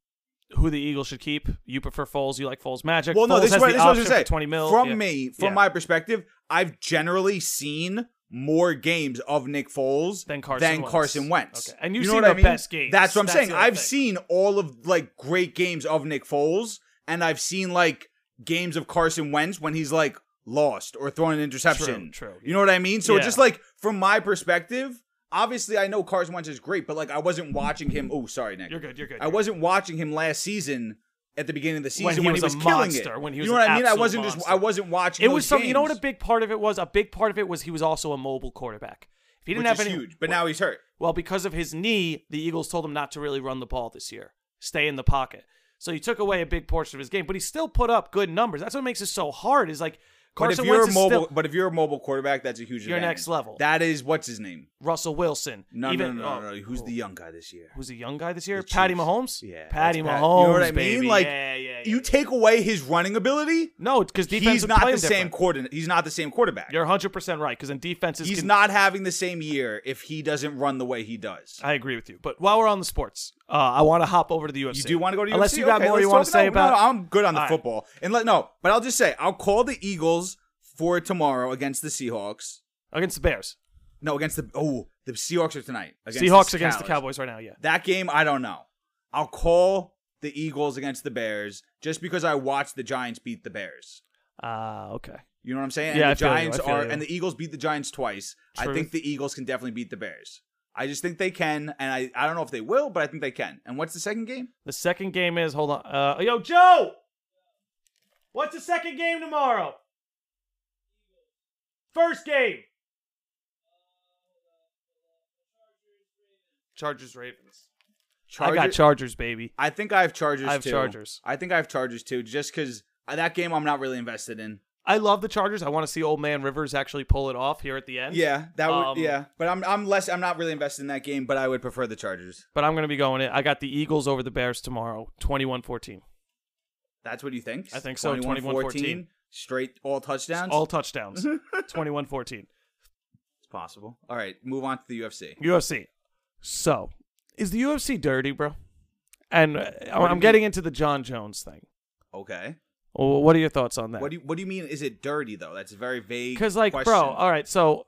Speaker 2: who the Eagles should keep. You prefer Foles. You like Foles magic.
Speaker 1: Well, no,
Speaker 2: Foles
Speaker 1: this is
Speaker 2: has
Speaker 1: what,
Speaker 2: the
Speaker 1: this is what I was
Speaker 2: option
Speaker 1: gonna say.
Speaker 2: for twenty mil
Speaker 1: From
Speaker 2: Yeah.
Speaker 1: me, from
Speaker 2: Yeah.
Speaker 1: my perspective, I've generally seen more games of Nick Foles
Speaker 2: Than Carson
Speaker 1: than
Speaker 2: Wentz.
Speaker 1: Carson Wentz.
Speaker 2: Okay. And you've
Speaker 1: you know
Speaker 2: seen
Speaker 1: what I
Speaker 2: the
Speaker 1: mean?
Speaker 2: best games.
Speaker 1: That's what I'm
Speaker 2: That's
Speaker 1: saying.
Speaker 2: the other
Speaker 1: I've
Speaker 2: thing.
Speaker 1: seen all of like great games of Nick Foles, and I've seen like games of Carson Wentz when he's like lost or thrown an interception.
Speaker 2: true,
Speaker 1: You know what I mean? So
Speaker 2: Yeah.
Speaker 1: it's just like from my perspective, obviously I know Carson Wentz is great, but like I wasn't watching him. Oh, sorry, Nick.
Speaker 2: You're good. You're good.
Speaker 1: I wasn't watching him last season at the beginning of the season
Speaker 2: When
Speaker 1: when
Speaker 2: he
Speaker 1: he was,
Speaker 2: was a
Speaker 1: killing
Speaker 2: monster,
Speaker 1: it.
Speaker 2: when he was
Speaker 1: you know
Speaker 2: an
Speaker 1: what I mean? I
Speaker 2: absolute
Speaker 1: wasn't just
Speaker 2: monster.
Speaker 1: I wasn't watching.
Speaker 2: It was
Speaker 1: those
Speaker 2: some. You know what a
Speaker 1: games,
Speaker 2: big part of it was? A big part of it was he was also a mobile quarterback. If he didn't
Speaker 1: which
Speaker 2: have
Speaker 1: is
Speaker 2: any,
Speaker 1: huge, but now he's hurt.
Speaker 2: well, because of his knee, the Eagles told him not to really run the ball this year. Stay in the pocket. So he took away a big portion of his game, but he still put up good numbers. That's what makes it so hard. Is like
Speaker 1: But
Speaker 2: Carson
Speaker 1: if you're a
Speaker 2: Wentz is
Speaker 1: mobile,
Speaker 2: still-
Speaker 1: but if you're a mobile quarterback, that's a huge.
Speaker 2: You're
Speaker 1: advantage.
Speaker 2: next level.
Speaker 1: That is what's his name?
Speaker 2: Russell Wilson.
Speaker 1: No,
Speaker 2: even,
Speaker 1: no, no, no,
Speaker 2: oh,
Speaker 1: no, no. Who's the young guy this year?
Speaker 2: who's a young guy this year?
Speaker 1: The
Speaker 2: Patty
Speaker 1: Chiefs.
Speaker 2: Mahomes.
Speaker 1: Yeah,
Speaker 2: Patty
Speaker 1: that's Pat-
Speaker 2: Mahomes.
Speaker 1: You know what I mean?
Speaker 2: baby.
Speaker 1: Like,
Speaker 2: yeah, yeah, yeah.
Speaker 1: You take away his running ability.
Speaker 2: no, because defense
Speaker 1: He's
Speaker 2: would
Speaker 1: not the
Speaker 2: play him
Speaker 1: same
Speaker 2: different.
Speaker 1: coordinator. He's not the same quarterback.
Speaker 2: You're 100 percent right. Because in defenses,
Speaker 1: He's
Speaker 2: can-
Speaker 1: not having the same year if he doesn't run the way he does.
Speaker 2: I agree with you. But while we're on the sports, uh, I want to hop over to the UFC.
Speaker 1: You do want to go to
Speaker 2: unless
Speaker 1: UFC?
Speaker 2: you got
Speaker 1: Okay,
Speaker 2: more you
Speaker 1: let's
Speaker 2: want to
Speaker 1: talk-
Speaker 2: say
Speaker 1: no,
Speaker 2: about.
Speaker 1: No, I'm good on the
Speaker 2: All right.
Speaker 1: football. And let no, but I'll just say I'll call the Eagles for tomorrow against the Seahawks.
Speaker 2: against the Bears.
Speaker 1: No, against the oh the Seahawks are tonight. Against
Speaker 2: Seahawks against the
Speaker 1: Cowboys.
Speaker 2: Cowboys right now. Yeah,
Speaker 1: That game, I don't know. I'll call the Eagles against the Bears just because I watched the Giants beat the Bears.
Speaker 2: Uh, okay.
Speaker 1: You know what I'm saying?
Speaker 2: Yeah, I
Speaker 1: and the
Speaker 2: feel you, I
Speaker 1: Giants
Speaker 2: feel
Speaker 1: are
Speaker 2: you.
Speaker 1: and the Eagles beat the Giants twice.
Speaker 2: True.
Speaker 1: I think the Eagles can definitely beat the Bears. I just think they can, and I, I don't know if they will, but I think they can. And what's the second game?
Speaker 2: The second game is hold on. Uh, yo, Joe, what's the second game tomorrow? First game. Chargers Ravens. I got
Speaker 1: Charger-
Speaker 2: Chargers, baby.
Speaker 1: I think I have Chargers.
Speaker 2: I have
Speaker 1: too.
Speaker 2: Chargers.
Speaker 1: I think I have Chargers too, just because that game I'm not really invested in.
Speaker 2: I love the Chargers. I want to see Old Man Rivers actually pull it off here at the end.
Speaker 1: Yeah, that would.
Speaker 2: Um,
Speaker 1: yeah, but I'm I'm less. I'm not really invested in that game, but I would prefer the Chargers.
Speaker 2: But I'm going to be going it. I got the Eagles over the Bears tomorrow, 21-14.
Speaker 1: That's what you think?
Speaker 2: I think so, 21-14.
Speaker 1: Straight all touchdowns.
Speaker 2: All touchdowns. 21-14.
Speaker 1: it's possible. All right, move on to the UFC.
Speaker 2: UFC. So, is the UFC dirty, bro? And uh, I'm
Speaker 1: you mean?
Speaker 2: getting into the John Jones thing.
Speaker 1: Okay.
Speaker 2: Well, What are your thoughts on that?
Speaker 1: What do you What do you mean? Is it dirty though? That's a very vague.
Speaker 2: Because, like,
Speaker 1: question.
Speaker 2: bro, uh, all right. So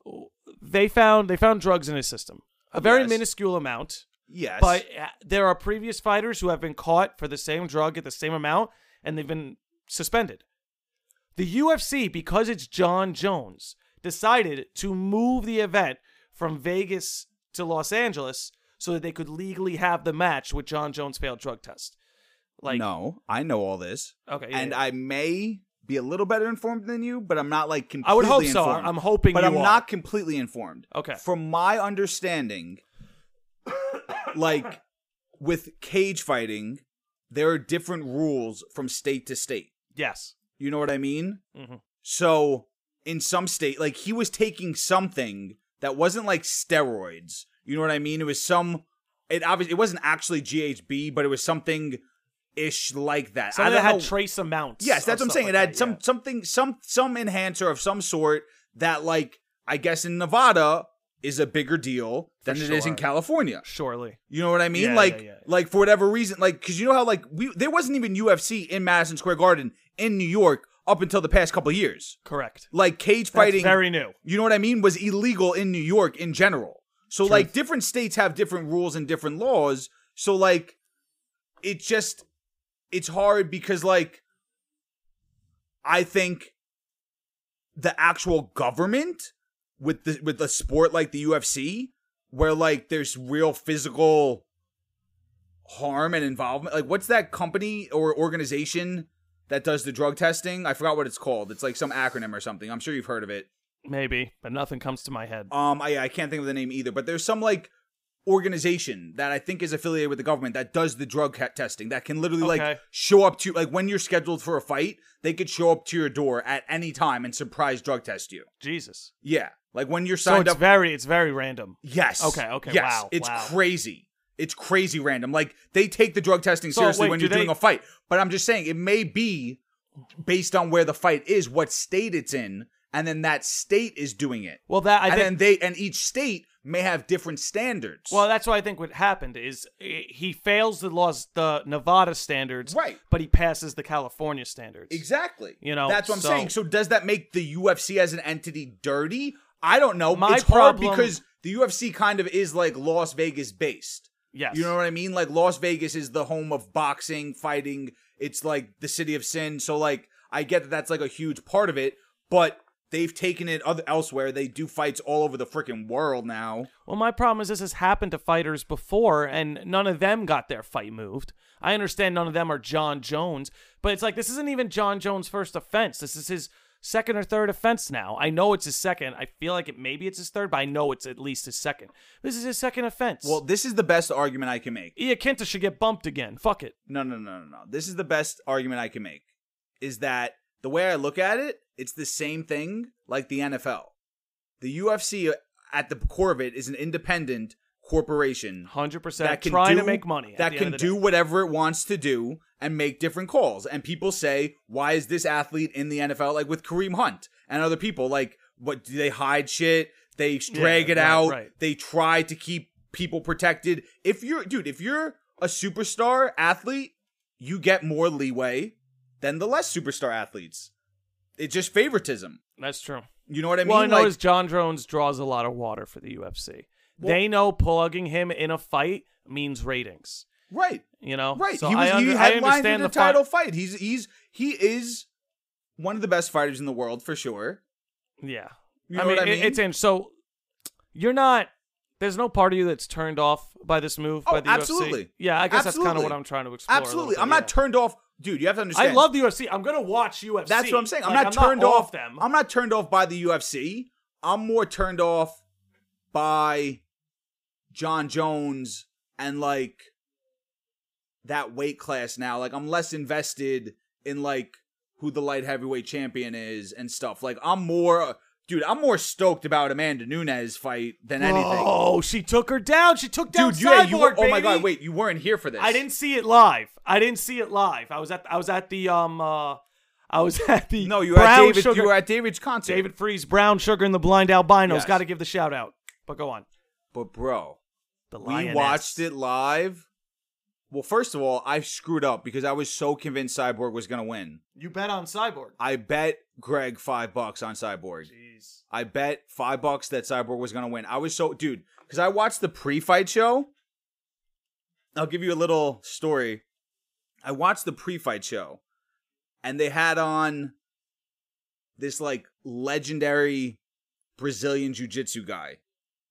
Speaker 2: they found they found drugs in his system, a very
Speaker 1: Yes.
Speaker 2: minuscule amount.
Speaker 1: yes,
Speaker 2: But uh, there are previous fighters who have been caught for the same drug at the same amount, and they've been suspended. The UFC, because it's John Jones, decided to move the event from Vegas to Los Angeles so that they could legally have the match with John Jones' failed drug test. Like,
Speaker 1: no, I know all this,
Speaker 2: okay, yeah,
Speaker 1: and
Speaker 2: yeah.
Speaker 1: I may be a little better informed than you, but I'm not like completely.
Speaker 2: I would hope so.
Speaker 1: informed.
Speaker 2: I'm hoping,
Speaker 1: but
Speaker 2: you
Speaker 1: I'm
Speaker 2: are.
Speaker 1: not completely informed.
Speaker 2: Okay.
Speaker 1: From my understanding, like with cage fighting, there are different rules from state to state.
Speaker 2: Yes.
Speaker 1: You know what I mean?
Speaker 2: Mhm.
Speaker 1: So in some state, like he was taking something that wasn't like steroids. You know what I mean? It was some. It obviously it wasn't actually GHB, but it was something ish like that.
Speaker 2: So
Speaker 1: I
Speaker 2: that
Speaker 1: don't
Speaker 2: had
Speaker 1: know.
Speaker 2: trace amounts.
Speaker 1: Yes, that's what
Speaker 2: of
Speaker 1: I'm
Speaker 2: stuff
Speaker 1: saying.
Speaker 2: like
Speaker 1: it had
Speaker 2: that,
Speaker 1: some
Speaker 2: yeah.
Speaker 1: something some some enhancer of some sort that like I guess in Nevada is a bigger deal than it is
Speaker 2: sure.
Speaker 1: in California.
Speaker 2: Surely.
Speaker 1: You know what I mean?
Speaker 2: Yeah,
Speaker 1: like
Speaker 2: yeah, yeah.
Speaker 1: like for whatever reason like cuz you know how like we there wasn't even UFC in Madison Square Garden in New York up until the past couple of years.
Speaker 2: Correct.
Speaker 1: Like cage
Speaker 2: That's
Speaker 1: fighting
Speaker 2: very new.
Speaker 1: you know what I mean, was illegal in New York in general. So like different states have different rules and different laws. So like it just it's hard because like I think the actual government with the with a sport like the UFC where like there's real physical harm and involvement. Like what's that company or organization that does the drug testing? I forgot what it's called. It's like some acronym or something. I'm sure you've heard of it.
Speaker 2: Maybe, but nothing comes to my head.
Speaker 1: Um, I I can't think of the name either, but there's some like organization that I think is affiliated with the government that does the drug ca- testing that can literally
Speaker 2: Okay.
Speaker 1: like show up to like when you're scheduled for a fight, they could show up to your door at any time and surprise drug test you.
Speaker 2: Jesus.
Speaker 1: Yeah, like when you're
Speaker 2: So
Speaker 1: signed
Speaker 2: it's
Speaker 1: up.
Speaker 2: very it's very random.
Speaker 1: yes.
Speaker 2: Okay, okay,
Speaker 1: Yes.
Speaker 2: wow,
Speaker 1: It's
Speaker 2: wow.
Speaker 1: crazy. It's crazy random. Like they take the drug testing
Speaker 2: So,
Speaker 1: seriously
Speaker 2: wait,
Speaker 1: when
Speaker 2: do
Speaker 1: you're doing
Speaker 2: they-
Speaker 1: a fight, but I'm just saying it may be based on where the fight is, what state it's in, and then that state is doing it
Speaker 2: Well, that I
Speaker 1: and
Speaker 2: think.
Speaker 1: then they and each state may have different standards.
Speaker 2: well, that's what I think. What happened is eh, he fails the laws, the Nevada standards,
Speaker 1: Right.
Speaker 2: But he passes the California standards.
Speaker 1: exactly.
Speaker 2: You know,
Speaker 1: that's what I'm
Speaker 2: so-
Speaker 1: saying. So does that make the UFC as an entity dirty? I don't know.
Speaker 2: My
Speaker 1: it's hard
Speaker 2: problem-
Speaker 1: because the UFC kind of is like Las Vegas based.
Speaker 2: Yes.
Speaker 1: You know what I mean? Like Las Vegas is the home of boxing, fighting. It's like the city of sin. So like I get that that's like a huge part of it, but They've taken it other, elsewhere. They do fights all over the freaking world now.
Speaker 2: Well, my problem is this has happened to fighters before, and none of them got their fight moved. I understand none of them are John Jones, but it's like this isn't even John Jones' first offense. This is his second or third offense now. I know it's his second. I feel like it maybe it's his third, but I know it's at least his second. This is his second offense.
Speaker 1: Well, this is the best argument I can make.
Speaker 2: Ia Kenta should get bumped again. Fuck it.
Speaker 1: No, no, no, no, no. This is the best argument I can make. Is that the way I look at it? It's the same thing like the NFL. The UFC, at the core of it, is an independent corporation
Speaker 2: Hundred percent trying to make money. at
Speaker 1: that
Speaker 2: the
Speaker 1: can
Speaker 2: end of the
Speaker 1: do
Speaker 2: day.
Speaker 1: whatever it wants to do and make different calls and people say why is this athlete in the nfl like with kareem hunt and other people like what do they hide shit they drag it
Speaker 2: right,
Speaker 1: out
Speaker 2: right.
Speaker 1: they try to keep people protected if you're dude if you're a superstar athlete you get more leeway than the less superstar athletes it's just favoritism
Speaker 2: That's true.
Speaker 1: you know what i
Speaker 2: well, I
Speaker 1: mean
Speaker 2: know
Speaker 1: like
Speaker 2: is John Jones draws a lot of water for the UFC. they know plugging him in a fight means ratings.
Speaker 1: right
Speaker 2: You know,
Speaker 1: Right.
Speaker 2: Oh, So
Speaker 1: he was
Speaker 2: I, under-
Speaker 1: he
Speaker 2: I
Speaker 1: headlined in
Speaker 2: understand
Speaker 1: the
Speaker 2: the fi-
Speaker 1: title fight. He's he's he is one of the best fighters in the world for sure.
Speaker 2: Yeah.
Speaker 1: You
Speaker 2: I
Speaker 1: know
Speaker 2: mean,
Speaker 1: what I
Speaker 2: it-
Speaker 1: mean?
Speaker 2: it's in. So you're not. There's no part of you that's turned off by this move
Speaker 1: Oh,
Speaker 2: by the UFC.
Speaker 1: absolutely.
Speaker 2: Yeah, I guess that's kind of
Speaker 1: Absolutely.
Speaker 2: what I'm trying to explore. a little
Speaker 1: Absolutely.
Speaker 2: bit,
Speaker 1: I'm
Speaker 2: yeah.
Speaker 1: not turned off. Dude, you have to understand.
Speaker 2: I love the UFC. I'm gonna watch UFC.
Speaker 1: That's what I'm saying. I'm
Speaker 2: Like,
Speaker 1: not turned off
Speaker 2: them.
Speaker 1: I'm not turned off by the UFC. I'm more turned off by John Jones and like that weight class now. Like I'm less invested in like who the light heavyweight champion is and stuff. Like I'm more dude, I'm more stoked about Amanda Nunes fight than anything.
Speaker 2: Oh, she took her down. She took down
Speaker 1: Dude,
Speaker 2: Cyborg.
Speaker 1: yeah, you were, oh my
Speaker 2: baby.
Speaker 1: god, wait, you weren't here for this.
Speaker 2: I didn't see it live. I didn't see it live. I was at I was at the um uh I was at the
Speaker 1: No, you were
Speaker 2: Brown
Speaker 1: at David
Speaker 2: Sugar,
Speaker 1: you were at David's concert.
Speaker 2: David Freeze Brown Sugar and the Blind Albinos.
Speaker 1: Yes.
Speaker 2: Got to give the shout out. But go on.
Speaker 1: But bro,
Speaker 2: The
Speaker 1: we
Speaker 2: Lioness.
Speaker 1: watched it live. Well, first of all, I screwed up because I was so convinced Cyborg was gonna win.
Speaker 2: You bet on Cyborg.
Speaker 1: I bet Greg five bucks on Cyborg.
Speaker 2: Jeez.
Speaker 1: I bet five bucks that Cyborg was gonna win. I was so dude because I watched the pre-fight show. I'll give you a little story. I watched the pre-fight show, and they had on this like legendary Brazilian jiu-jitsu guy,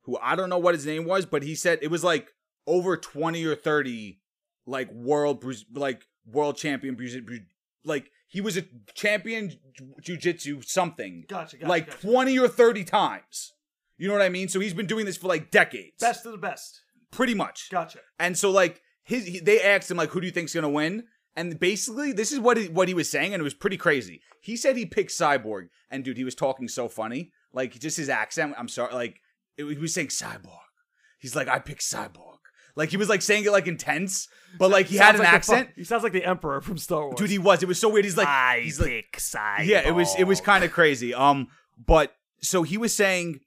Speaker 1: who I don't know what his name was, but he said it was like over twenty or thirty, like world Braz- like world champion Braz- Braz- like he was a champion jiu-jitsu something
Speaker 2: Gotcha. gotcha
Speaker 1: like
Speaker 2: gotcha.
Speaker 1: 20 or 30 times. You know what I mean? So he's been doing this for like decades.
Speaker 2: best of the best.
Speaker 1: Pretty much.
Speaker 2: Gotcha.
Speaker 1: And so like his he, they asked him like who do you think's going to win? And basically this is what he, what he was saying and it was pretty crazy. He said he picked Cyborg and dude he was talking so funny. Like just his accent, I'm sorry, like it, he was saying Cyborg. He's like I picked Cyborg. Like he was like saying it like intense, but like he had
Speaker 2: Sounds
Speaker 1: an
Speaker 2: like the fu-
Speaker 1: accent.
Speaker 2: he sounds like the Emperor from Star Wars.
Speaker 1: Dude, he was. It was so weird. He's like he's like
Speaker 2: Cyborg.
Speaker 1: yeah, it was it was kind of crazy. Um, but so he was saying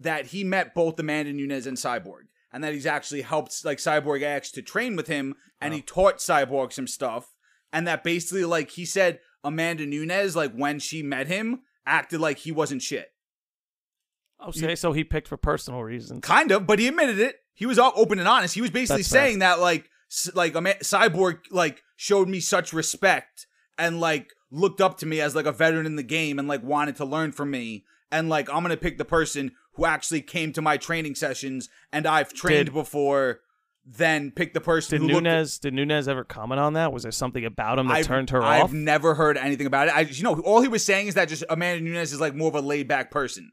Speaker 1: that he met both Amanda Nunes and Cyborg, and that he's actually helped like Cyborg asked to train with him, and he taught Cyborg some stuff, and that basically like he said Amanda Nunes like when she met him acted like he wasn't shit,
Speaker 2: Okay, so he picked for personal reasons.
Speaker 1: kind of, but he admitted it. He was all open and honest. He was basically
Speaker 2: That's fair.
Speaker 1: saying that like s- like Ama- Cyborg like showed me such respect and like looked up to me as like a veteran in the game and like wanted to learn from me and like I'm gonna pick the person who actually came to my training sessions and I've trained
Speaker 2: Did-
Speaker 1: before. Then pick the person
Speaker 2: Did
Speaker 1: who looked-
Speaker 2: Nunez did Nunez ever comment on that? Was there something about him that
Speaker 1: I've-
Speaker 2: turned her
Speaker 1: I've
Speaker 2: off?
Speaker 1: never heard anything about it. I, you know, all he was saying is that just Amanda Nunes is like more of a laid back person.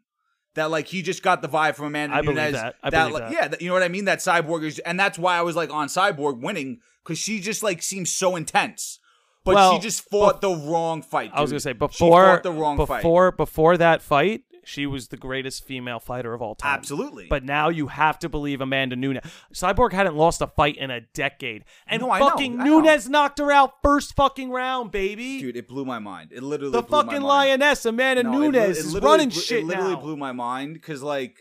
Speaker 1: That like he just got the vibe from Amanda
Speaker 2: I believe
Speaker 1: Nunes.
Speaker 2: that. I believe
Speaker 1: like,
Speaker 2: that.
Speaker 1: Yeah, that, you know what I mean. That Cyborg is, and that's why I was like on Cyborg winning because she just like seems so intense. But
Speaker 2: Well,
Speaker 1: she just fought the wrong fight.
Speaker 2: I was
Speaker 1: dude.
Speaker 2: gonna say
Speaker 1: she fought
Speaker 2: before
Speaker 1: the wrong fight.
Speaker 2: before before that fight, she was the greatest female fighter of all time.
Speaker 1: Absolutely.
Speaker 2: But now you have to believe Amanda Nunes. Cyborg hadn't lost a fight in a decade, and
Speaker 1: No, I know,
Speaker 2: fucking
Speaker 1: I know.
Speaker 2: Nunes knocked her out first fucking round, baby.
Speaker 1: dude, it blew my mind. It literally
Speaker 2: the
Speaker 1: blew my
Speaker 2: fucking
Speaker 1: mind.
Speaker 2: lioness Amanda
Speaker 1: No, it li-
Speaker 2: Nunes
Speaker 1: it
Speaker 2: is
Speaker 1: literally
Speaker 2: running
Speaker 1: blew-
Speaker 2: shit
Speaker 1: It literally
Speaker 2: now.
Speaker 1: blew my mind because, like,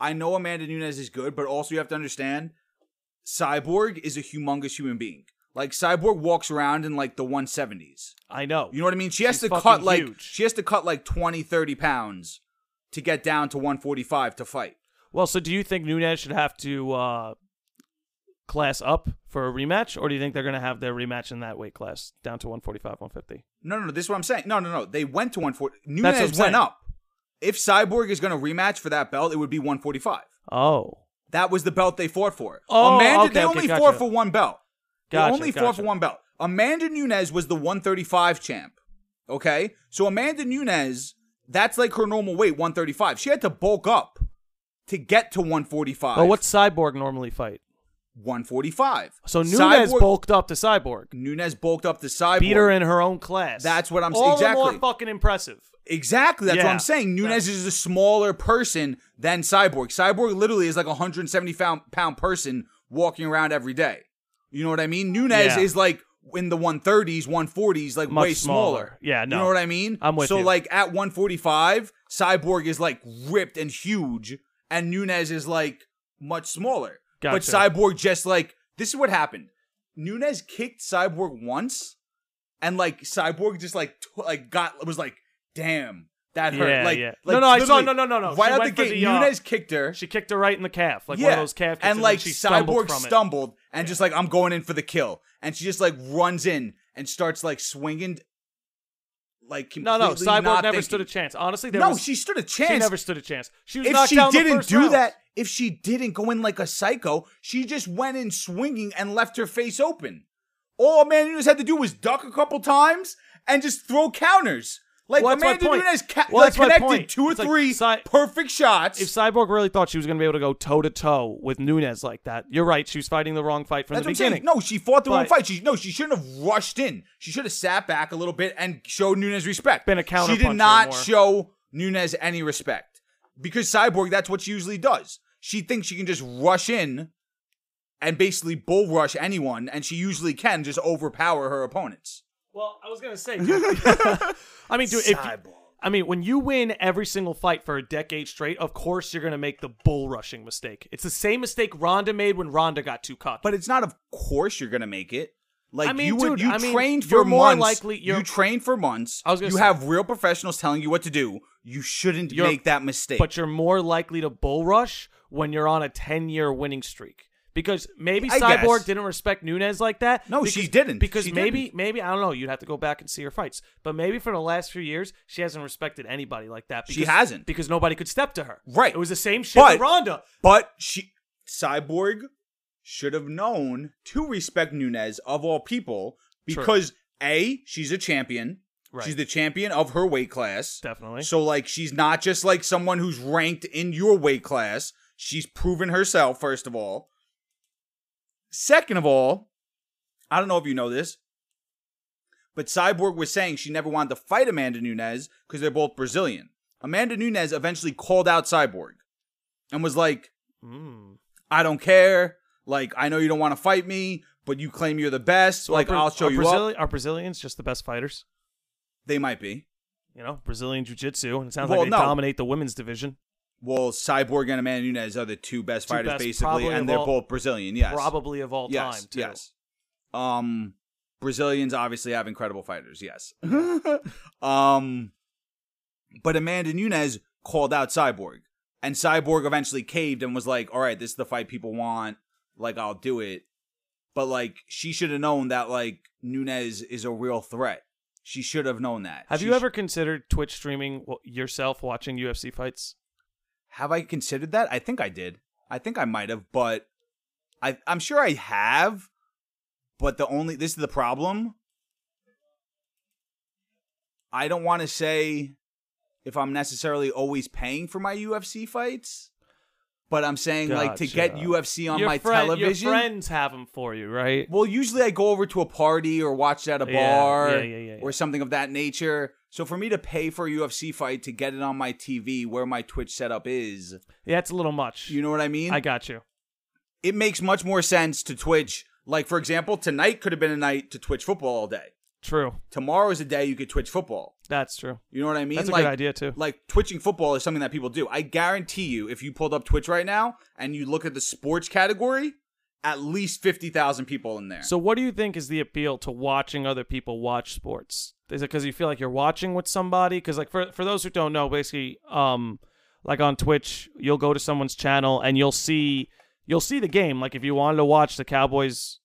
Speaker 1: I know Amanda Nunes is good, but also you have to understand, Cyborg is a humongous human being. Like, Cyborg walks around in like the 170s.
Speaker 2: I know.
Speaker 1: You know what I mean? She has
Speaker 2: She's
Speaker 1: to cut
Speaker 2: fucking
Speaker 1: like
Speaker 2: huge.
Speaker 1: she has to cut like 20, 30 pounds to get down to 145 to fight.
Speaker 2: well, so do you think Nunes should have to uh, class up for a rematch, or do you think they're gonna have their rematch in that weight class down to 145, 150?
Speaker 1: No, no, no. This is what I'm saying. No, no, no. They went to 140.
Speaker 2: what I'm
Speaker 1: Nunes
Speaker 2: saying.
Speaker 1: went up. If Cyborg is going to rematch for that belt, it would be 145.
Speaker 2: Oh.
Speaker 1: That was the belt they fought for.
Speaker 2: Oh,
Speaker 1: Amanda,
Speaker 2: okay,
Speaker 1: they
Speaker 2: okay,
Speaker 1: only
Speaker 2: gotcha.
Speaker 1: fought for one belt.
Speaker 2: Gotcha,
Speaker 1: they only fought
Speaker 2: gotcha.
Speaker 1: for one belt. Amanda Nunes was the 135 champ. Okay? So Amanda Nunes, that's like her normal weight, 135. She had to bulk up to get to 145.
Speaker 2: But what's Cyborg normally fight?
Speaker 1: 145?
Speaker 2: So Nunes
Speaker 1: Cyborg-
Speaker 2: bulked up to Cyborg.
Speaker 1: Nunes bulked up to Cyborg.
Speaker 2: Beat her in her own class.
Speaker 1: That's what I'm s-
Speaker 2: All the
Speaker 1: exactly.
Speaker 2: more fucking impressive.
Speaker 1: Exactly. That's
Speaker 2: Yeah.
Speaker 1: what I'm saying. Nunes is a smaller person than Cyborg. Cyborg literally is like a 170 pound, pound person walking around every day. You know what I mean? Nunes
Speaker 2: Yeah.
Speaker 1: is like in the 130s, 140s, like
Speaker 2: Much
Speaker 1: way smaller.
Speaker 2: smaller. Yeah, no.
Speaker 1: You know what I mean?
Speaker 2: I'm with
Speaker 1: so
Speaker 2: you.
Speaker 1: like at 145, Cyborg is like ripped and huge, and Nunes is like much smaller. But
Speaker 2: Gotcha.
Speaker 1: Cyborg just like this is what happened. Nunes kicked Cyborg once, and like Cyborg just like t- like got was like, damn, that hurt.
Speaker 2: Yeah,
Speaker 1: like,
Speaker 2: yeah.
Speaker 1: like,
Speaker 2: No, no, I saw-
Speaker 1: literally,
Speaker 2: no, no, no, no.
Speaker 1: Right
Speaker 2: She
Speaker 1: out the
Speaker 2: went for
Speaker 1: gate,
Speaker 2: the, uh,
Speaker 1: Nunes kicked her.
Speaker 2: She kicked her right in the calf, like
Speaker 1: yeah,
Speaker 2: one of those calf kicks,
Speaker 1: and like
Speaker 2: then she
Speaker 1: Cyborg
Speaker 2: stumbled from it.
Speaker 1: stumbled and just like I'm going in for the kill, and she just like runs in and starts like swinging, like
Speaker 2: No,
Speaker 1: completely
Speaker 2: no, Cyborg
Speaker 1: not
Speaker 2: never
Speaker 1: thinking.
Speaker 2: stood a chance. Honestly, there
Speaker 1: No,
Speaker 2: was,
Speaker 1: she stood a chance.
Speaker 2: she never stood a chance. She was
Speaker 1: if
Speaker 2: knocked
Speaker 1: she
Speaker 2: down the
Speaker 1: didn't
Speaker 2: first
Speaker 1: do
Speaker 2: round.
Speaker 1: that, if she didn't go in like a psycho, she just went in swinging and left her face open. All Amanda Nunes had to do was duck a couple times and just throw counters. Like
Speaker 2: Well, that's my
Speaker 1: Amanda
Speaker 2: point.
Speaker 1: Nunes ca-
Speaker 2: Well,
Speaker 1: like,
Speaker 2: that's my
Speaker 1: connected
Speaker 2: point.
Speaker 1: two or
Speaker 2: It's like
Speaker 1: three
Speaker 2: Cy-
Speaker 1: perfect shots.
Speaker 2: if Cyborg really thought she was going to be able to go toe to toe with Nunez like that, you're right. She was fighting the wrong fight from
Speaker 1: that's what
Speaker 2: the
Speaker 1: I'm
Speaker 2: beginning.
Speaker 1: saying. No, she fought the wrong
Speaker 2: But-
Speaker 1: fight. She no, she shouldn't have rushed in. She should have sat back a little bit and showed Nunes respect.
Speaker 2: Been a counter
Speaker 1: She did
Speaker 2: puncher
Speaker 1: not
Speaker 2: more.
Speaker 1: show Nunes any respect because Cyborg. That's what she usually does. She thinks she can just rush in and basically bull rush anyone, and she usually can just overpower her opponents.
Speaker 2: Well, I was going to say. I mean, dude, if I mean, when you win every single fight for a decade straight, of course you're going to make the bull rushing mistake. It's the same mistake Ronda made when Ronda got too cocky.
Speaker 1: But it's not. Of course, you're gonna make it. Like
Speaker 2: I mean,
Speaker 1: you would,
Speaker 2: dude,
Speaker 1: you
Speaker 2: I mean,
Speaker 1: trained for
Speaker 2: you're more
Speaker 1: months.
Speaker 2: likely- you're-
Speaker 1: you trained for months.
Speaker 2: I was gonna
Speaker 1: you
Speaker 2: say-
Speaker 1: have real professionals telling you what to do. You shouldn't
Speaker 2: You're-
Speaker 1: make that mistake.
Speaker 2: but you're more likely to bull rush when you're on a 10 year winning streak. Because maybe
Speaker 1: I
Speaker 2: Cyborg
Speaker 1: guess.
Speaker 2: didn't respect Nunez like that.
Speaker 1: No,
Speaker 2: because,
Speaker 1: she didn't.
Speaker 2: Because
Speaker 1: She
Speaker 2: maybe,
Speaker 1: didn't.
Speaker 2: maybe I don't know. You'd have to go back and see her fights. But maybe for the last few years, she hasn't respected anybody like that.
Speaker 1: She
Speaker 2: Because,
Speaker 1: hasn't.
Speaker 2: because nobody could step to her.
Speaker 1: Right.
Speaker 2: It was the same shit with
Speaker 1: But-
Speaker 2: Ronda.
Speaker 1: But she, Cyborg should have known to respect Nunez of all people
Speaker 2: True.
Speaker 1: because A, she's a champion.
Speaker 2: Right.
Speaker 1: She's the champion of her weight class.
Speaker 2: Definitely.
Speaker 1: So, like, she's not just like someone who's ranked in your weight class. She's proven herself, first of all. Second of all, I don't know if you know this, but Cyborg was saying she never wanted to fight Amanda Nunes because they're both Brazilian. Amanda Nunes eventually called out Cyborg and was like,
Speaker 2: Mm.
Speaker 1: I don't care. Like, I know you don't want to fight me, but you claim you're the best. like,
Speaker 2: Are-
Speaker 1: I'll show
Speaker 2: are
Speaker 1: you
Speaker 2: Brazili-
Speaker 1: up.
Speaker 2: Are Brazilians just the best fighters?
Speaker 1: They might be.
Speaker 2: You know, Brazilian Jiu Jitsu. And it sounds
Speaker 1: Well,
Speaker 2: like they
Speaker 1: no.
Speaker 2: dominate the women's division.
Speaker 1: Well, Cyborg and Amanda Nunes are the two best
Speaker 2: Two
Speaker 1: fighters,
Speaker 2: best,
Speaker 1: basically,
Speaker 2: probably
Speaker 1: and
Speaker 2: of
Speaker 1: they're
Speaker 2: all-
Speaker 1: both Brazilian. Yes,
Speaker 2: Probably of all
Speaker 1: yes,
Speaker 2: time, too.
Speaker 1: Yes. Um, Brazilians obviously have incredible fighters. Yes. um, but Amanda Nunes called out Cyborg, and Cyborg eventually caved and was like, "All right, this is the fight people want. Like, I'll do it." But like, she should have known that like Nunes is a real threat. She should have known that.
Speaker 2: Have
Speaker 1: She
Speaker 2: you
Speaker 1: sh-
Speaker 2: ever considered Twitch streaming w- yourself watching UFC fights?
Speaker 1: have I considered that? I think I did. I think I might have, but I I'm sure I have. But the only this is the problem. I don't want to say if I'm necessarily always paying for my UFC fights, but I'm saying like to
Speaker 2: Gotcha.
Speaker 1: get UFC on
Speaker 2: your
Speaker 1: my
Speaker 2: friend-
Speaker 1: television.
Speaker 2: Your friends have them for you, right?
Speaker 1: Well, usually I go over to a party or watch it at a
Speaker 2: Yeah,
Speaker 1: bar
Speaker 2: yeah, yeah, yeah, yeah.
Speaker 1: or something of that nature. So for me to pay for a UFC fight to get it on my TV where my Twitch setup is,
Speaker 2: Yeah, it's a little much.
Speaker 1: you know what I mean?
Speaker 2: I got you.
Speaker 1: it makes much more sense to Twitch. Like, for example, tonight could have been a night to Twitch football all day.
Speaker 2: True.
Speaker 1: Tomorrow is a day you could Twitch football.
Speaker 2: That's true.
Speaker 1: You know what I mean?
Speaker 2: That's a
Speaker 1: like,
Speaker 2: good idea too.
Speaker 1: Like, twitching football is something that people do. I guarantee you, if you pulled up Twitch right now and you look at the sports category, at least 50,000 people in there.
Speaker 2: So, what do you think is the appeal to watching other people watch sports? Is it because you feel like you're watching with somebody? Because, like, for for those who don't know, basically, um, like on Twitch, you'll go to someone's channel and you'll see you'll see the game. Like, if you wanted to watch the Cowboys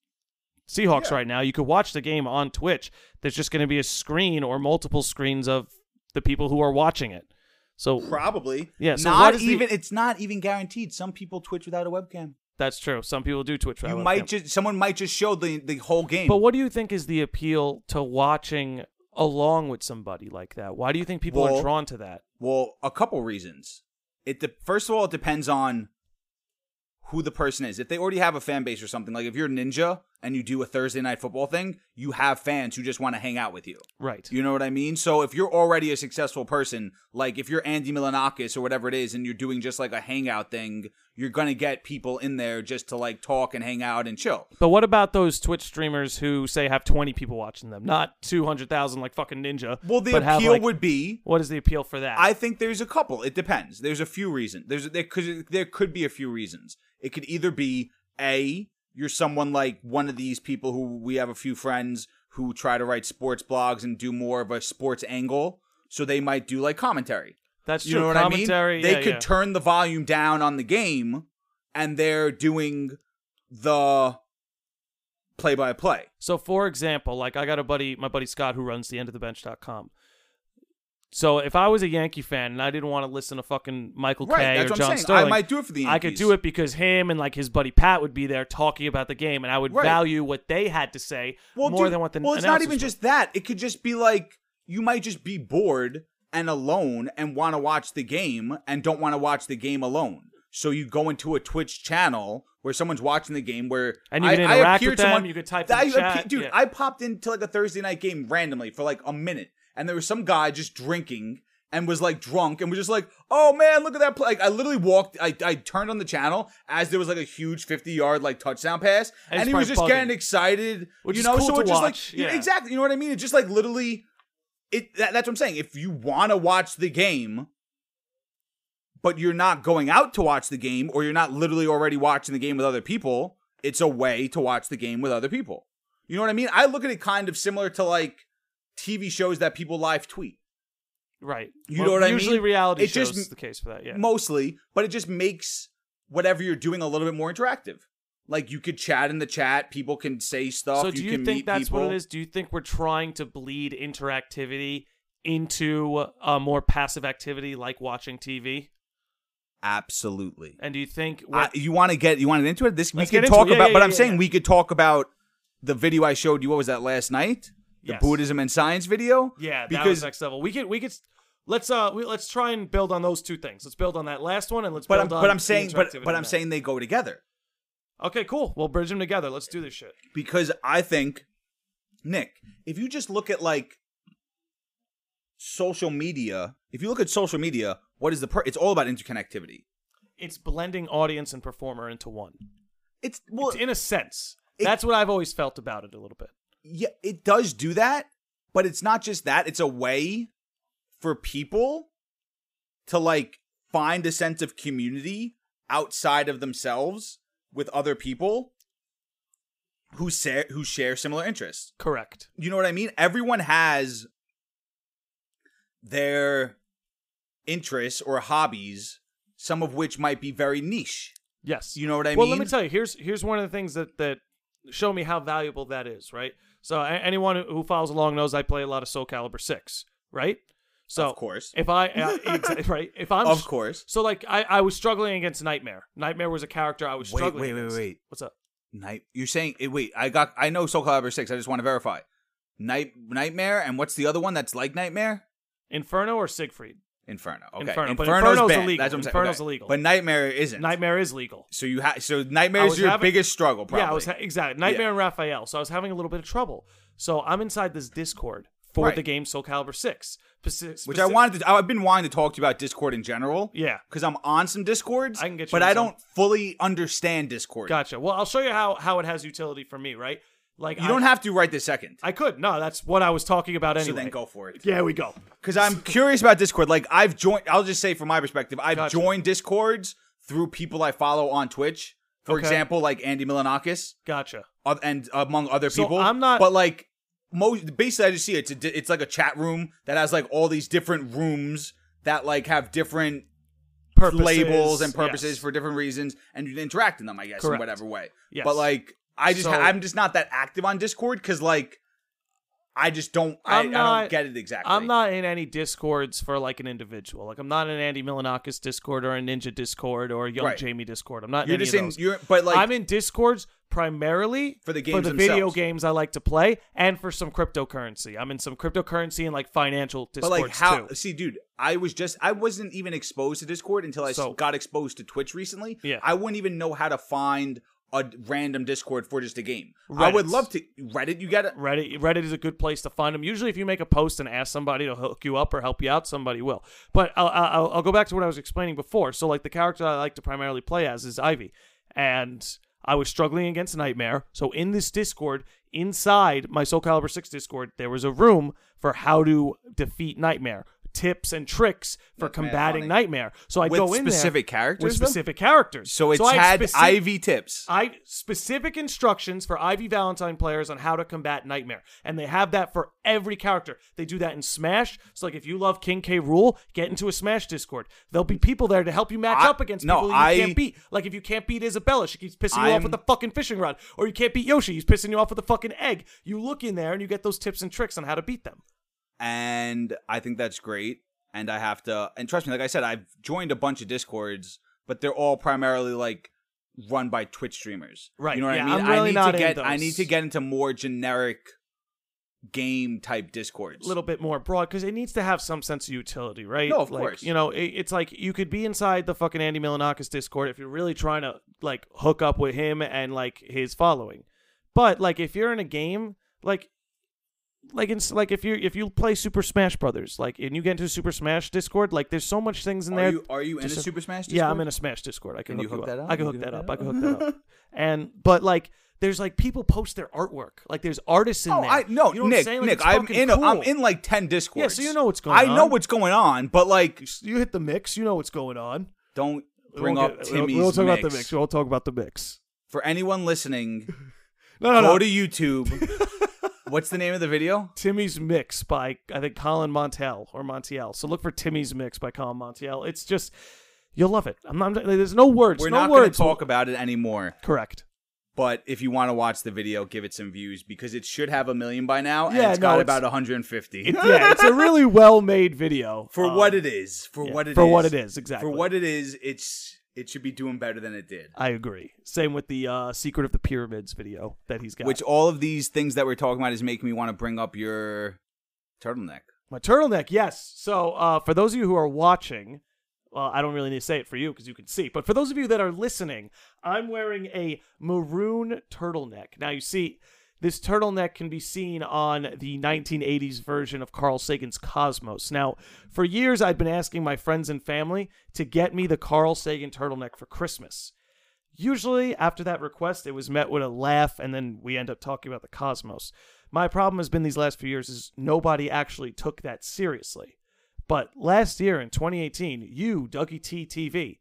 Speaker 2: Seahawks
Speaker 1: Yeah.
Speaker 2: right now, you could watch the game on Twitch. There's just going to be a screen or multiple screens of the people who are watching it. So
Speaker 1: Probably.
Speaker 2: Yeah, so what
Speaker 1: not
Speaker 2: is the-
Speaker 1: even. It's not even guaranteed. Some people twitch without a webcam.
Speaker 2: that's true. Some people do Twitch.
Speaker 1: You
Speaker 2: without
Speaker 1: might
Speaker 2: webcam.
Speaker 1: just. Someone might just show the the whole game.
Speaker 2: But what do you think is the appeal to watching along with somebody like that? Why do you think people
Speaker 1: Well-
Speaker 2: are drawn to that?
Speaker 1: Well, a couple reasons. It de- first of all, it depends on who the person is. If they already have a fan base or something, like if you're Ninja and you do a Thursday night football thing, you have fans who just want to hang out with you.
Speaker 2: Right.
Speaker 1: You know what I mean? So if you're already a successful person, like if you're Andy Milanakis or whatever it is, and you're doing just like a hangout thing, you're gonna get people in there just to like talk and hang out and chill.
Speaker 2: But what about those Twitch streamers who say have 20 people watching them, not 200,000 like fucking Ninja?
Speaker 1: Well, the
Speaker 2: but have,
Speaker 1: appeal
Speaker 2: like-
Speaker 1: would be
Speaker 2: What is the appeal for that?
Speaker 1: I think there's a couple. It depends. There's a few reasons. There's there could there could be a few reasons. It could either be a you're someone like one of these people who we have a few friends who try to write sports blogs and do more of a sports angle, so they might do like commentary.
Speaker 2: that's true.
Speaker 1: You know what
Speaker 2: Commentary.
Speaker 1: I mean? They
Speaker 2: yeah,
Speaker 1: could
Speaker 2: yeah.
Speaker 1: turn the volume down on the game, and they're doing the play-by-play.
Speaker 2: So, for example, like I got a buddy, my buddy Scott, who runs the endofthebench.com. So, if I was a Yankee fan and I didn't want to listen to fucking Michael
Speaker 1: Right,
Speaker 2: Kay
Speaker 1: that's what
Speaker 2: or
Speaker 1: I'm
Speaker 2: John
Speaker 1: saying. I
Speaker 2: Sterling,
Speaker 1: might do it for the
Speaker 2: I could
Speaker 1: Yankees.
Speaker 2: do it because him and like his buddy Pat would be there talking about the game, and I would
Speaker 1: Right.
Speaker 2: value what they had to say more
Speaker 1: dude,
Speaker 2: than what the
Speaker 1: well, it's not
Speaker 2: announcers
Speaker 1: even
Speaker 2: would.
Speaker 1: just that. It could just be like you might just be bored and alone and want to watch the game and don't want to watch the game alone. So you go into a Twitch channel where someone's watching the game where
Speaker 2: And you
Speaker 1: I,
Speaker 2: can
Speaker 1: I
Speaker 2: interact
Speaker 1: appeared
Speaker 2: with
Speaker 1: to
Speaker 2: them,
Speaker 1: someone-
Speaker 2: you could type in
Speaker 1: I
Speaker 2: the
Speaker 1: appear-
Speaker 2: chat,
Speaker 1: dude,
Speaker 2: yeah.
Speaker 1: I popped into like a Thursday night game randomly for like a minute, and there was some guy just drinking and was like drunk and was just like, "Oh man, look at that play!" Like, I literally walked, I, I turned on the channel as there was like a huge fifty yard like touchdown pass,
Speaker 2: And
Speaker 1: and, he
Speaker 2: he's
Speaker 1: was just
Speaker 2: probably bugging.
Speaker 1: getting excited,
Speaker 2: Which
Speaker 1: you
Speaker 2: is
Speaker 1: know.
Speaker 2: cool
Speaker 1: so
Speaker 2: to
Speaker 1: it's just
Speaker 2: watch,
Speaker 1: like you-
Speaker 2: yeah.
Speaker 1: exactly, you know what I mean? It's just like literally, it. That, that's what I'm saying. If you want to watch the game, but you're not going out to watch the game, or you're not literally already watching the game with other people, it's a way to watch the game with other people. You know what I mean? I look at it kind of similar to like TV shows that people live tweet
Speaker 2: right.
Speaker 1: You
Speaker 2: Well,
Speaker 1: know what I
Speaker 2: Usually,
Speaker 1: mean?
Speaker 2: reality
Speaker 1: It
Speaker 2: shows
Speaker 1: just-
Speaker 2: is the case for that. Yeah.
Speaker 1: mostly, but it just makes whatever you're doing a little bit more interactive. Like you could chat in the chat, people can say stuff.
Speaker 2: So do you,
Speaker 1: can
Speaker 2: think
Speaker 1: meet
Speaker 2: that's
Speaker 1: people.
Speaker 2: what it is? Do you think we're trying to bleed interactivity into a more passive activity like watching TV?
Speaker 1: Absolutely.
Speaker 2: And do you think
Speaker 1: I,
Speaker 2: what,
Speaker 1: you want to get you want to get into it. This
Speaker 2: Let's
Speaker 1: we could
Speaker 2: get into
Speaker 1: talk
Speaker 2: it. Yeah,
Speaker 1: about,
Speaker 2: yeah,
Speaker 1: but I'm
Speaker 2: yeah,
Speaker 1: saying
Speaker 2: yeah.
Speaker 1: we could talk about the video I showed you. What was that last night? The
Speaker 2: Yes.
Speaker 1: Buddhism and science video.
Speaker 2: Yeah, that was
Speaker 1: because
Speaker 2: next level. We could we could let's uh we, let's try and build on those two things. Let's build on that last one and let's
Speaker 1: but I'm
Speaker 2: build on
Speaker 1: but I'm
Speaker 2: the
Speaker 1: saying but
Speaker 2: interactivity
Speaker 1: but
Speaker 2: in
Speaker 1: I'm
Speaker 2: that.
Speaker 1: saying they go together
Speaker 2: Okay, cool. We'll bridge them together. Let's do this shit.
Speaker 1: because I think Nick, if you just look at like social media, if you look at social media, what is the per- it's all about interconnectivity.
Speaker 2: It's blending audience and performer into one.
Speaker 1: It's well,
Speaker 2: it's in a sense.
Speaker 1: it-
Speaker 2: That's what I've always felt about it a little bit.
Speaker 1: yeah, it does do that, but it's not just that. It's a way for people to like find a sense of community outside of themselves with other people who share who share similar interests.
Speaker 2: Correct.
Speaker 1: You know what I mean? Everyone has their interests or hobbies, some of which might be very niche.
Speaker 2: Yes.
Speaker 1: You know what I
Speaker 2: well,
Speaker 1: mean?
Speaker 2: let me tell you. Here's here's one of the things that that show me how valuable that is. Right. So a- anyone who- who follows along knows I play a lot of Soul Calibur Six. Right. So
Speaker 1: Of course.
Speaker 2: if I uh, exa- right if I'm
Speaker 1: of course.
Speaker 2: So like I, I was struggling against Nightmare. Nightmare was a character I was
Speaker 1: Wait,
Speaker 2: struggling.
Speaker 1: wait, wait,
Speaker 2: against.
Speaker 1: wait.
Speaker 2: What's up?
Speaker 1: Night. You're saying eh, wait. I got. I know Soul Calibur six. I just want to verify. Night Nightmare and what's the other one that's like Nightmare?
Speaker 2: Inferno or Siegfried?
Speaker 1: Inferno. Okay.
Speaker 2: Inferno, but
Speaker 1: Inferno's,
Speaker 2: Inferno's
Speaker 1: banned.
Speaker 2: illegal.
Speaker 1: That's what I'm saying.
Speaker 2: Inferno's
Speaker 1: okay.
Speaker 2: illegal.
Speaker 1: But Nightmare isn't.
Speaker 2: Nightmare is legal.
Speaker 1: So you have. So
Speaker 2: I
Speaker 1: Nightmare
Speaker 2: was
Speaker 1: is your
Speaker 2: having-
Speaker 1: biggest struggle. Probably.
Speaker 2: Yeah, I was ha- exactly Nightmare and Raphael. So I was having a little bit of trouble. So I'm inside this Discord for
Speaker 1: Right.
Speaker 2: the game Soul Calibur Six, Speci-
Speaker 1: Which I
Speaker 2: speci-
Speaker 1: wanted to. I've been wanting to talk to you about Discord in general.
Speaker 2: Yeah.
Speaker 1: Because I'm on some Discords.
Speaker 2: I can get you
Speaker 1: But
Speaker 2: on
Speaker 1: I
Speaker 2: some.
Speaker 1: don't fully understand Discord.
Speaker 2: Gotcha. Well, I'll show you how how it has utility for me. Right? Like
Speaker 1: You
Speaker 2: I,
Speaker 1: don't have to right this second.
Speaker 2: I could no. That's what I was talking about anyway.
Speaker 1: So then go for it.
Speaker 2: Yeah, we go.
Speaker 1: Because I'm curious about Discord. Like I've joined. I'll just say from my perspective, I've
Speaker 2: Gotcha.
Speaker 1: joined Discords through people I follow on Twitch. For
Speaker 2: Okay.
Speaker 1: example, like Andy Milanakis,
Speaker 2: Gotcha.
Speaker 1: oth- and among other
Speaker 2: So
Speaker 1: people.
Speaker 2: I'm not-
Speaker 1: But like most, basically, I just see it's a, di- it's like a chat room that has like all these different rooms that like have different
Speaker 2: Purposes,
Speaker 1: labels and purposes
Speaker 2: yes.
Speaker 1: for different reasons, and you interact in them, I guess,
Speaker 2: Correct.
Speaker 1: in whatever way.
Speaker 2: Yes.
Speaker 1: But like, I just
Speaker 2: So-
Speaker 1: I'm just not that active on Discord because like I just don't. I,
Speaker 2: I'm
Speaker 1: I
Speaker 2: not-
Speaker 1: don't get it exactly.
Speaker 2: I'm not in any discords for like an individual. Like I'm not in Andy Milanakis Discord or a Ninja Discord or a Young
Speaker 1: Right.
Speaker 2: Jamie Discord. I'm not
Speaker 1: You're
Speaker 2: in any
Speaker 1: just
Speaker 2: of
Speaker 1: in.
Speaker 2: those.
Speaker 1: You're but like
Speaker 2: I'm in discords primarily
Speaker 1: For the
Speaker 2: for
Speaker 1: games
Speaker 2: the video
Speaker 1: themselves.
Speaker 2: games I like to play and for some cryptocurrency. I'm in some cryptocurrency and like financial
Speaker 1: but
Speaker 2: discords
Speaker 1: like how?
Speaker 2: too.
Speaker 1: See, dude, I was just. I wasn't even exposed to Discord until I s-
Speaker 2: So-
Speaker 1: got exposed to Twitch recently.
Speaker 2: Yeah.
Speaker 1: I wouldn't even know how to find a random Discord for just a game. I would
Speaker 2: Reddit's.
Speaker 1: love to Reddit. You got to
Speaker 2: Reddit Reddit is a good place to find them. Usually, if you make a post and ask somebody to hook you up or help you out, somebody will. But I'll, I'll, I'll go back to what I was explaining before. So, like the character I like to primarily play as is Ivy, and I was struggling against Nightmare. So in this Discord, inside my Soul Calibur Six Discord, there was a room for how to defeat Nightmare. Tips and tricks for
Speaker 1: That's mad
Speaker 2: combating
Speaker 1: funny.
Speaker 2: Nightmare. So I
Speaker 1: With
Speaker 2: go in there
Speaker 1: specific characters,
Speaker 2: with
Speaker 1: though?
Speaker 2: specific characters.
Speaker 1: So it's
Speaker 2: I
Speaker 1: had
Speaker 2: speci-
Speaker 1: Ivy tips.
Speaker 2: I specific instructions for Ivy Valentine players on how to combat Nightmare, and they have that for every character. They do that in Smash. So, like, if you love King K. Rule, get into a Smash Discord. There'll be people there to help you match
Speaker 1: I-
Speaker 2: up against
Speaker 1: no,
Speaker 2: people you
Speaker 1: I-
Speaker 2: can't beat. Like, if you can't beat Isabella, she keeps pissing you off
Speaker 1: I'm-
Speaker 2: with a fucking fishing rod, or you can't beat Yoshi, he's pissing you off with a fucking egg. You look in there and you get those tips and tricks on how to beat them.
Speaker 1: and I think that's great. And I have to, and trust me, like I said, I've joined a bunch of discords, but they're all primarily like run by Twitch streamers.
Speaker 2: Right,
Speaker 1: You know what
Speaker 2: yeah,
Speaker 1: I mean?
Speaker 2: I'm really
Speaker 1: I need
Speaker 2: not
Speaker 1: to
Speaker 2: in
Speaker 1: get, I need
Speaker 2: those.
Speaker 1: to get into more generic game type discords.
Speaker 2: a little bit more broad because it needs to have some sense of utility, right?
Speaker 1: No, of
Speaker 2: like,
Speaker 1: course.
Speaker 2: You know, it, it's like you could be inside the fucking Andy Milanakis Discord if you're really trying to like hook up with him and like his following. But like if you're in a game, like like in like if you if you play Super Smash Brothers, like and you get into Super Smash Discord, like there's so much things in
Speaker 1: Are
Speaker 2: there.
Speaker 1: you are you in a
Speaker 2: just a-
Speaker 1: Super Smash? Discord?
Speaker 2: Yeah, I'm in a Smash Discord. I can,
Speaker 1: Can
Speaker 2: hook
Speaker 1: you hook
Speaker 2: up.
Speaker 1: that up?
Speaker 2: I can
Speaker 1: You
Speaker 2: hook that up. I can hook that up. And but like, there's like people post their artwork. Like there's artists in
Speaker 1: Oh,
Speaker 2: there.
Speaker 1: I no,
Speaker 2: you know what I'm
Speaker 1: Nick,
Speaker 2: saying? Like,
Speaker 1: Nick,
Speaker 2: it's
Speaker 1: I'm
Speaker 2: fucking
Speaker 1: in, a, I'm
Speaker 2: cool.
Speaker 1: in like ten discords.
Speaker 2: you know what's
Speaker 1: I
Speaker 2: going
Speaker 1: know
Speaker 2: on.
Speaker 1: what's going on, but like,
Speaker 2: you hit the mix. You know what's going on.
Speaker 1: don't bring
Speaker 2: We'll
Speaker 1: up
Speaker 2: get- we'll-
Speaker 1: Timmy's
Speaker 2: We'll talk about the mix. We'll talk about the mix.
Speaker 1: For anyone listening,
Speaker 2: No, no,
Speaker 1: go
Speaker 2: no.
Speaker 1: to YouTube. What's the name of the video?
Speaker 2: Timmy's Mix by I think Colin Montel or Montiel. So look for Timmy's Mix by Colin Montiel. It's just you'll love it. I'm not. I'm- there's no words.
Speaker 1: We're
Speaker 2: no
Speaker 1: not going to
Speaker 2: words.
Speaker 1: talk about it anymore.
Speaker 2: Correct.
Speaker 1: But if you want to watch the video, give it some views because it should have a million by now, and
Speaker 2: Yeah,
Speaker 1: it's
Speaker 2: no,
Speaker 1: got
Speaker 2: it's-
Speaker 1: about 150
Speaker 2: yeah, it's a really well made video
Speaker 1: for
Speaker 2: um,
Speaker 1: what it is. For
Speaker 2: yeah,
Speaker 1: what it is.
Speaker 2: for what it is exactly
Speaker 1: For what it is, it's it should be doing better than it did.
Speaker 2: I agree. Same with the uh, Secret of the Pyramids video that he's got.
Speaker 1: Which all of these things that we're talking about is making me want to bring up your turtleneck.
Speaker 2: My turtleneck, yes. So, uh, for those of you who are watching, well, I don't really need to say it for you because you can see. But for those of you that are listening, I'm wearing a maroon turtleneck. Now, you see, this turtleneck can be seen on the 1980s version of Carl Sagan's Cosmos. Now, for years, I'd been asking my friends and family to get me the Carl Sagan turtleneck for Christmas. Usually, after that request, it was met with a laugh, and then we end up talking about the cosmos. My problem has been these last few years is nobody actually took that seriously. But last year in 2018, you, Dougie T TV,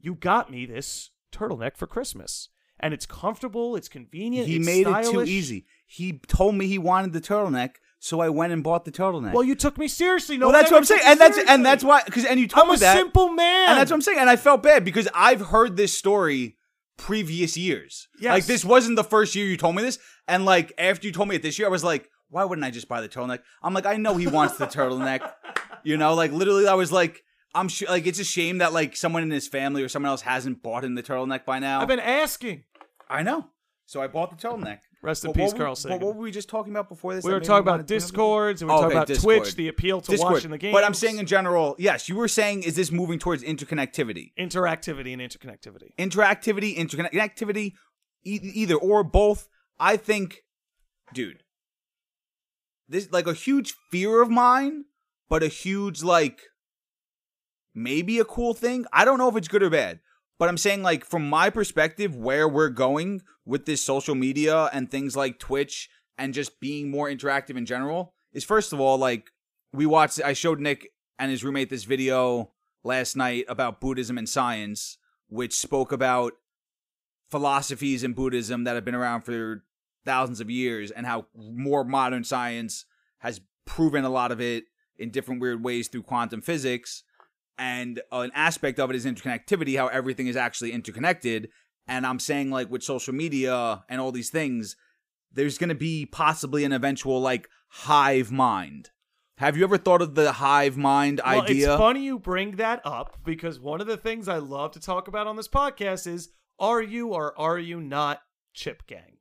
Speaker 2: you got me this turtleneck for Christmas. And it's comfortable, it's convenient,
Speaker 1: he
Speaker 2: it's
Speaker 1: made it too
Speaker 2: stylish.
Speaker 1: easy. He told me he wanted the turtleneck, so I went and bought the turtleneck.
Speaker 2: Well, you took me seriously. No,
Speaker 1: Well,
Speaker 2: one
Speaker 1: that's what
Speaker 2: ever
Speaker 1: I'm saying,
Speaker 2: took me
Speaker 1: and that's
Speaker 2: seriously.
Speaker 1: and that's why because and you told
Speaker 2: I'm
Speaker 1: me
Speaker 2: a
Speaker 1: that.
Speaker 2: simple man.
Speaker 1: And that's what I'm saying. And I felt bad because I've heard this story previous years.
Speaker 2: Yes.
Speaker 1: Like this wasn't the first year you told me this. And like after you told me it this year, I was like, why wouldn't I just buy the turtleneck? I'm like, I know he wants the turtleneck. You know, like literally I was like, I'm sure like it's a shame that like someone in his family or someone else hasn't bought him the turtleneck by now.
Speaker 2: I've been asking.
Speaker 1: I know. So I bought the turtleneck.
Speaker 2: Rest in
Speaker 1: But what
Speaker 2: peace,
Speaker 1: were-
Speaker 2: Carl
Speaker 1: But what
Speaker 2: Sagan.
Speaker 1: were we just talking about before this?
Speaker 2: We
Speaker 1: that
Speaker 2: were
Speaker 1: made me
Speaker 2: talking
Speaker 1: wanna
Speaker 2: about
Speaker 1: do it?
Speaker 2: Discords, and we were
Speaker 1: Oh,
Speaker 2: talking
Speaker 1: okay,
Speaker 2: about
Speaker 1: Discord.
Speaker 2: Twitch, the appeal to
Speaker 1: Discord.
Speaker 2: watching the game.
Speaker 1: But I'm saying in general, yes, you were saying is this moving towards interconnectivity?
Speaker 2: interactivity and interconnectivity.
Speaker 1: interactivity, interconnectivity, e- either or both. I think, dude, this like a huge fear of mine, but a huge like maybe a cool thing. I don't know if it's good or bad, but I'm saying like from my perspective, where we're going with this social media and things like Twitch and just being more interactive in general is first of all like we watched. I showed Nick and his roommate this video last night about Buddhism and science which spoke about philosophies in Buddhism that have been around for thousands of years and how more modern science has proven a lot of it in different weird ways through quantum physics. And an aspect of it is interconnectivity, how everything is actually interconnected. And I'm saying, like, with social media and all these things, there's going to be possibly an eventual like hive mind. Have you ever thought of the hive mind
Speaker 2: Well,
Speaker 1: idea?
Speaker 2: it's funny you bring that up because one of the things I love to talk about on this podcast is are you or are you not chip gang?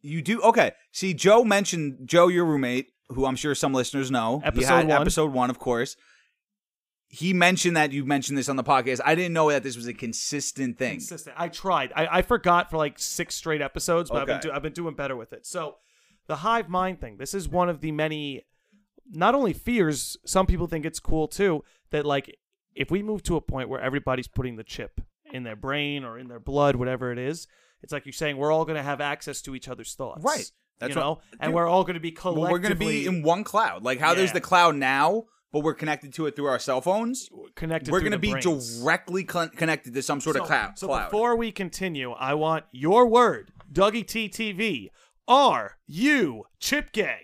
Speaker 1: You do okay. See, Joe mentioned Joe, your roommate, who I'm sure some listeners know. He
Speaker 2: Episode
Speaker 1: had-
Speaker 2: one.
Speaker 1: episode one, of course. He mentioned that you mentioned this on the podcast. I didn't know that this was a consistent thing.
Speaker 2: Consistent. I tried. I, I forgot for like six straight episodes, but I've,
Speaker 1: Okay.
Speaker 2: been do- I've been doing better with it. So the hive mind thing. This is one of the many, not only fears. Some people think it's cool too that like if we move to a point where everybody's putting the chip in their brain or in their blood, whatever it is, it's like you're saying we're all going to have access to each other's thoughts.
Speaker 1: Right. That's
Speaker 2: you know,
Speaker 1: what-
Speaker 2: and
Speaker 1: dude,
Speaker 2: we're all going to be
Speaker 1: Well,
Speaker 2: collectively.
Speaker 1: we're going to be in one cloud. Like how there's
Speaker 2: Yeah.
Speaker 1: the cloud now, but we're connected to it through our cell phones.
Speaker 2: connected.
Speaker 1: we're
Speaker 2: going to
Speaker 1: be directly con- connected to some sort
Speaker 2: so,
Speaker 1: of cloud.
Speaker 2: So
Speaker 1: cloud.
Speaker 2: before we continue, I want your word, Dougie TTV. Are you Chip Gang?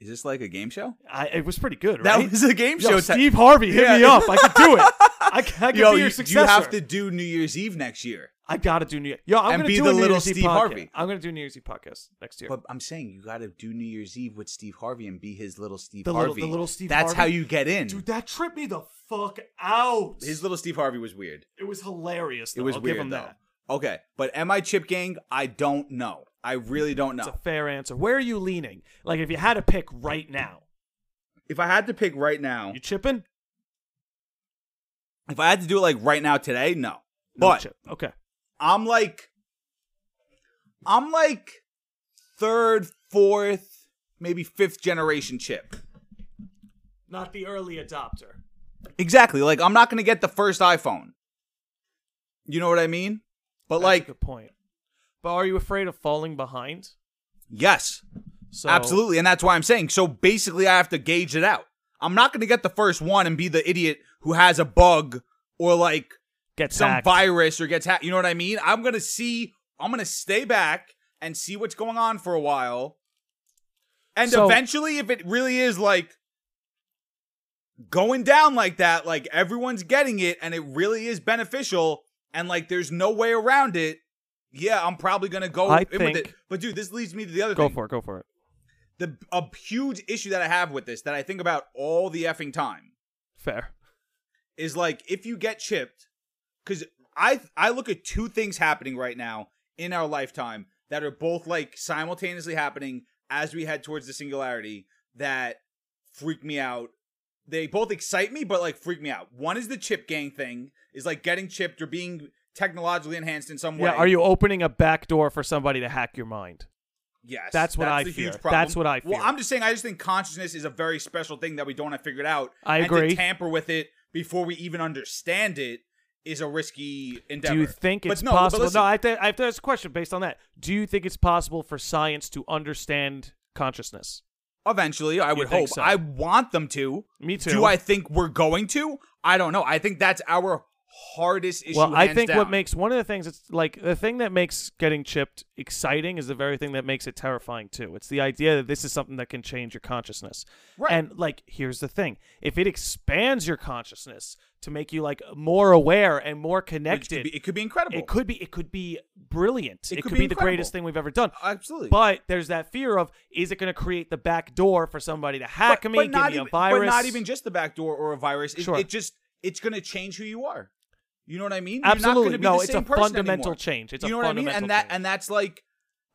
Speaker 1: Is this like a game show?
Speaker 2: I, it was pretty good,
Speaker 1: That
Speaker 2: right?
Speaker 1: was a game
Speaker 2: Yo,
Speaker 1: show. type-
Speaker 2: Steve Harvey, hit me
Speaker 1: Yeah.
Speaker 2: up. I can do it. I, can- I can
Speaker 1: Yo,
Speaker 2: be
Speaker 1: you,
Speaker 2: your
Speaker 1: you
Speaker 2: successor.
Speaker 1: have to do New Year's Eve next year.
Speaker 2: I gotta do New. Yo, I'm
Speaker 1: And
Speaker 2: gonna
Speaker 1: be
Speaker 2: do
Speaker 1: the
Speaker 2: a New
Speaker 1: little
Speaker 2: Year's Eve
Speaker 1: Steve
Speaker 2: podcast.
Speaker 1: Harvey.
Speaker 2: I'm gonna do New Year's Eve podcast next year.
Speaker 1: But I'm saying you got to do New Year's Eve with Steve Harvey and be his little Steve
Speaker 2: The little-
Speaker 1: Harvey.
Speaker 2: the little Steve
Speaker 1: That's
Speaker 2: Harvey?
Speaker 1: how you get in.
Speaker 2: Dude, that tripped me the fuck out.
Speaker 1: his little Steve Harvey was weird.
Speaker 2: it was hilarious.
Speaker 1: It
Speaker 2: though.
Speaker 1: was
Speaker 2: I'll
Speaker 1: weird
Speaker 2: give him
Speaker 1: though.
Speaker 2: that.
Speaker 1: Okay, but am I Chip Gang? I don't know. I really don't
Speaker 2: It's
Speaker 1: know.
Speaker 2: a fair answer. Where are you leaning? Like, if you had to pick right now,
Speaker 1: if I had to pick right now,
Speaker 2: you chipping?
Speaker 1: if I had to do it like right now today, no.
Speaker 2: No
Speaker 1: But
Speaker 2: chip. okay,
Speaker 1: I'm like, I'm like third, fourth, maybe fifth generation Chip.
Speaker 2: not the early adopter.
Speaker 1: Exactly. Like I'm not gonna get the first iPhone. You know what I mean? But
Speaker 2: That's a
Speaker 1: like,
Speaker 2: good point. But are you afraid of falling behind?
Speaker 1: yes,
Speaker 2: So
Speaker 1: Absolutely, and that's why I'm saying. So basically, I have to gauge it out. I'm not going to get the first one and be the idiot who has a bug or like
Speaker 2: get
Speaker 1: some
Speaker 2: back.
Speaker 1: virus or gets hacked. You know what I mean? I'm going to see. I'm going to stay back and see what's going on for a while. And
Speaker 2: So-
Speaker 1: eventually, if it really is like going down like that, like everyone's getting it and it really is beneficial and like there's no way around it, yeah, I'm probably going to go
Speaker 2: I
Speaker 1: in with
Speaker 2: think-
Speaker 1: it. But dude, this leads me to the other
Speaker 2: Go
Speaker 1: thing
Speaker 2: for it. Go for it.
Speaker 1: the a huge issue that I have with this that I think about all the effing time
Speaker 2: Fair.
Speaker 1: is like if you get chipped cuz I I look at two things happening right now in our lifetime that are both like simultaneously happening as we head towards the singularity that freak me out. They both excite me but like freak me out. One is the chip gang thing is like getting chipped or being technologically enhanced in some way.
Speaker 2: Yeah. Are you opening a back door for somebody to hack your mind?
Speaker 1: Yes,
Speaker 2: That's what I
Speaker 1: the
Speaker 2: fear.
Speaker 1: Huge problem.
Speaker 2: That's what I
Speaker 1: Well,
Speaker 2: fear.
Speaker 1: I'm just saying. I just think consciousness is a very special thing that we don't have figured out.
Speaker 2: I
Speaker 1: and
Speaker 2: agree.
Speaker 1: To tamper with it before we even understand it is a risky endeavor.
Speaker 2: Do you think
Speaker 1: But
Speaker 2: it's
Speaker 1: no, but
Speaker 2: possible?
Speaker 1: listen,
Speaker 2: no, I have, to, I have to ask a question based on that. Do you think it's possible for science to understand consciousness?
Speaker 1: eventually, I would
Speaker 2: think
Speaker 1: hope.
Speaker 2: so?
Speaker 1: I want them to.
Speaker 2: Me too.
Speaker 1: Do I think we're going to? I don't know. I think that's our hardest issue.
Speaker 2: well, I
Speaker 1: hands
Speaker 2: think what
Speaker 1: down.
Speaker 2: makes one of the things it's like the thing that makes getting chipped exciting is the very thing that makes it terrifying too. It's the idea that this is something that can change your consciousness.
Speaker 1: Right.
Speaker 2: And like here's the thing. If it expands your consciousness to make you like more aware and more
Speaker 1: it could
Speaker 2: connected,
Speaker 1: be, it could be incredible.
Speaker 2: it could be it could be brilliant.
Speaker 1: It
Speaker 2: It,
Speaker 1: could
Speaker 2: could,
Speaker 1: be
Speaker 2: be, the greatest
Speaker 1: incredible.
Speaker 2: thing we've ever done.
Speaker 1: absolutely.
Speaker 2: But there's that fear of is it going to create the back door for somebody to hack
Speaker 1: but,
Speaker 2: me,
Speaker 1: but
Speaker 2: give
Speaker 1: not
Speaker 2: me
Speaker 1: even,
Speaker 2: a virus?
Speaker 1: But not even just the back door or a virus. It,
Speaker 2: Sure.
Speaker 1: it just it's going to change who you are. You know what I mean?
Speaker 2: Absolutely.
Speaker 1: You're not gonna be
Speaker 2: No,
Speaker 1: the
Speaker 2: it's
Speaker 1: same
Speaker 2: a
Speaker 1: person
Speaker 2: fundamental
Speaker 1: anymore.
Speaker 2: change. It's
Speaker 1: you
Speaker 2: a
Speaker 1: know what I mean? And
Speaker 2: fundamental
Speaker 1: that
Speaker 2: change.
Speaker 1: and that's like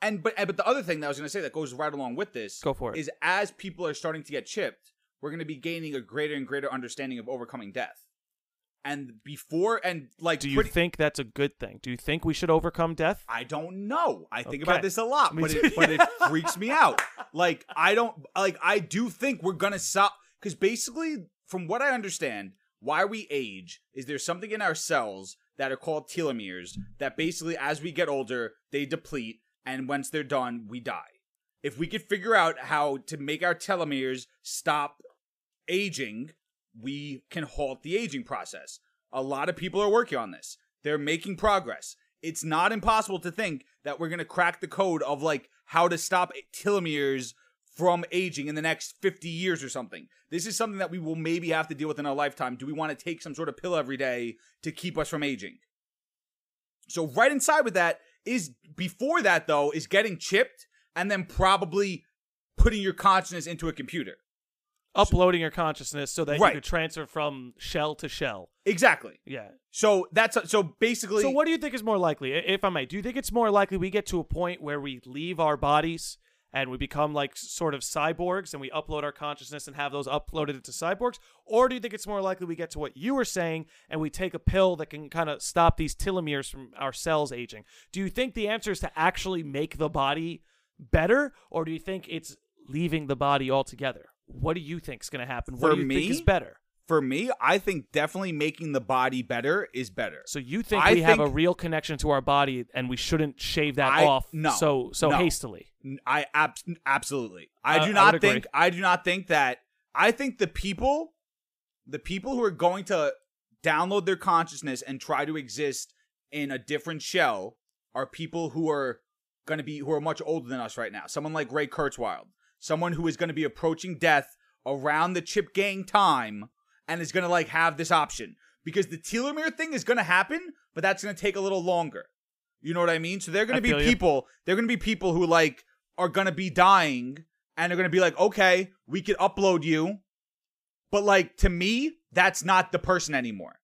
Speaker 1: and but but the other thing that I was going to say that goes right along with this
Speaker 2: Go for it.
Speaker 1: is as people are starting to get chipped, we're going to be gaining a greater and greater understanding of overcoming death. And before and like
Speaker 2: Do you
Speaker 1: pretty-
Speaker 2: think that's a good thing? Do you think we should overcome death?
Speaker 1: I don't know. I think
Speaker 2: Okay.
Speaker 1: about this a lot,
Speaker 2: Me
Speaker 1: but
Speaker 2: too.
Speaker 1: it, but it freaks me out. Like I don't like I do think we're gonna stop because basically, from what I understand, why we age is there's something in our cells that are called telomeres that basically, as we get older, they deplete, and once they're done, we die. If we could figure out how to make our telomeres stop aging, we can halt the aging process. A lot of people are working on this. They're making progress. It's not impossible to think that we're going to crack the code of like how to stop telomeres from aging in the next 50 years or something. This is something that we will maybe have to deal with in our lifetime. Do we want to take some sort of pill every day to keep us from aging? So right inside with that is before that though is getting chipped and then probably putting your consciousness into a computer.
Speaker 2: Uploading your consciousness so that
Speaker 1: Right.
Speaker 2: you could transfer from shell to shell.
Speaker 1: Exactly.
Speaker 2: Yeah.
Speaker 1: So that's so basically.
Speaker 2: So, what do you think is more likely, i- if I may? Do you think it's more likely we get to a point where we leave our bodies and we become like s- sort of cyborgs and we upload our consciousness and have those uploaded into cyborgs? Or do you think it's more likely we get to what you were saying and we take a pill that can kind of stop these telomeres from our cells aging? Do you think the answer is to actually make the body better, or do you think it's leaving the body altogether? What do you think is going to happen? what
Speaker 1: For
Speaker 2: do you
Speaker 1: me?
Speaker 2: think is better?
Speaker 1: for me, I think definitely making the body better is better.
Speaker 2: So you think
Speaker 1: I
Speaker 2: we have a
Speaker 1: think-
Speaker 2: real connection to our body and we shouldn't shave that
Speaker 1: I-
Speaker 2: off
Speaker 1: no,
Speaker 2: so so
Speaker 1: no.
Speaker 2: hastily.
Speaker 1: N- I abs- absolutely. I
Speaker 2: I-
Speaker 1: do
Speaker 2: I
Speaker 1: not
Speaker 2: would agree.
Speaker 1: think. I do not think that. I think the people, the people who are going to download their consciousness and try to exist in a different shell, are people who are going to be who are much older than us right now. Someone like Ray Kurzweil, someone who is going to be approaching death around the chip gang time, and is going to like have this option because the telomere thing is going to happen, but that's going to take a little longer. You know what I mean? So they're
Speaker 2: I
Speaker 1: going to
Speaker 2: feel
Speaker 1: be
Speaker 2: you.
Speaker 1: people. They're going to be people who like are going to be dying, and they're going to be like, okay, we could upload you, but like to me, that's not the person anymore.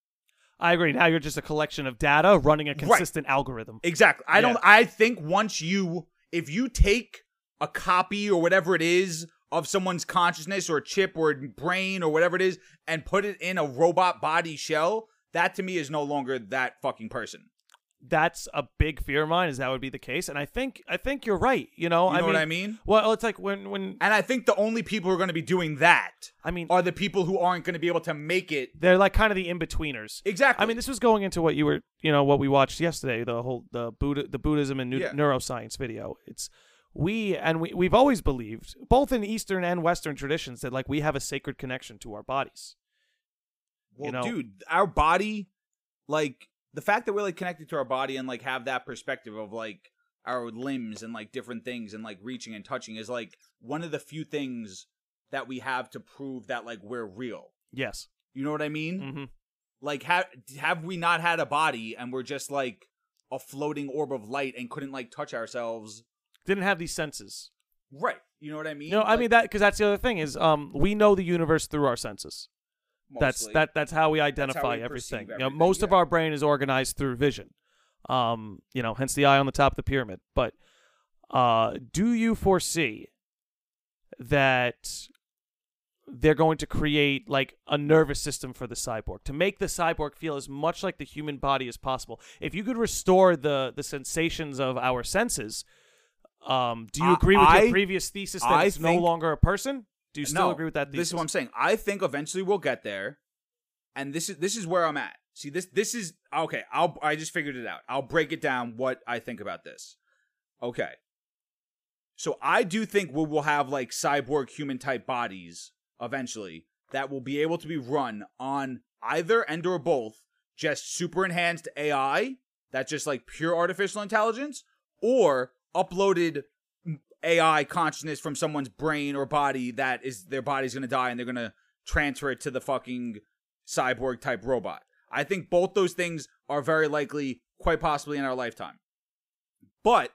Speaker 2: I agree. Now you're just a collection of data running a
Speaker 1: Right.
Speaker 2: consistent algorithm.
Speaker 1: Exactly. I don't
Speaker 2: Yeah.
Speaker 1: I think once you if you take a copy or whatever it is of someone's consciousness or chip or brain or whatever it is and put it in a robot body shell, that to me is no longer that fucking person.
Speaker 2: That's a big fear of mine is that would be the case and I think I think you're right, you know?
Speaker 1: You
Speaker 2: I
Speaker 1: know
Speaker 2: mean,
Speaker 1: what I mean?
Speaker 2: Well, it's like when when
Speaker 1: And I think the only people who are going to be doing that
Speaker 2: I mean
Speaker 1: are the people who aren't going to be able to make it
Speaker 2: they're like kind of the in-betweeners.
Speaker 1: exactly.
Speaker 2: I mean, this was going into what you were, you know, what we watched yesterday, the whole the Buddha, the Buddhism and nu-
Speaker 1: Yeah.
Speaker 2: neuroscience video. It's we and we we've always believed, both in Eastern and Western traditions, that like we have a sacred connection to our bodies.
Speaker 1: well,
Speaker 2: you know-
Speaker 1: dude, our body, like the fact that we're like connected to our body and like have that perspective of like our limbs and like different things and like reaching and touching is like one of the few things that we have to prove that like we're real.
Speaker 2: Yes.
Speaker 1: You know what I mean?
Speaker 2: hmm
Speaker 1: Like have have we not had a body and we're just like a floating orb of light and couldn't like touch ourselves?
Speaker 2: Didn't have these senses.
Speaker 1: Right. You know what I mean?
Speaker 2: No, I
Speaker 1: Like,
Speaker 2: mean that because that's the other thing is, um, we know the universe through our senses. That's
Speaker 1: mostly.
Speaker 2: that. That's how we
Speaker 1: how
Speaker 2: identify
Speaker 1: we perceive
Speaker 2: everything. You know,
Speaker 1: everything,
Speaker 2: most of
Speaker 1: yeah.
Speaker 2: our brain is organized through vision. Um, you know, hence the eye on the top of the pyramid. But uh, do you foresee that they're going to create like a nervous system for the cyborg to make the cyborg feel as much like the human body as possible? If you could restore the the sensations of our senses, um, do you
Speaker 1: I-
Speaker 2: agree with
Speaker 1: I-
Speaker 2: your previous thesis that
Speaker 1: I
Speaker 2: it's no
Speaker 1: think-
Speaker 2: longer a person? Do you still agree with that thesis?
Speaker 1: This is what I'm saying. I think eventually we'll get there, and this is this is where I'm at. See this this is okay. I'll I just figured it out. I'll break it down what I think about this. Okay. So I do think we will have like cyborg human type bodies eventually that will be able to be run on either and or both just super enhanced AI that's just like pure artificial intelligence or uploaded AI consciousness from someone's brain or body that is their body's gonna die and they're gonna transfer it to the fucking cyborg type robot. I think both those things are very likely, quite possibly in our lifetime. But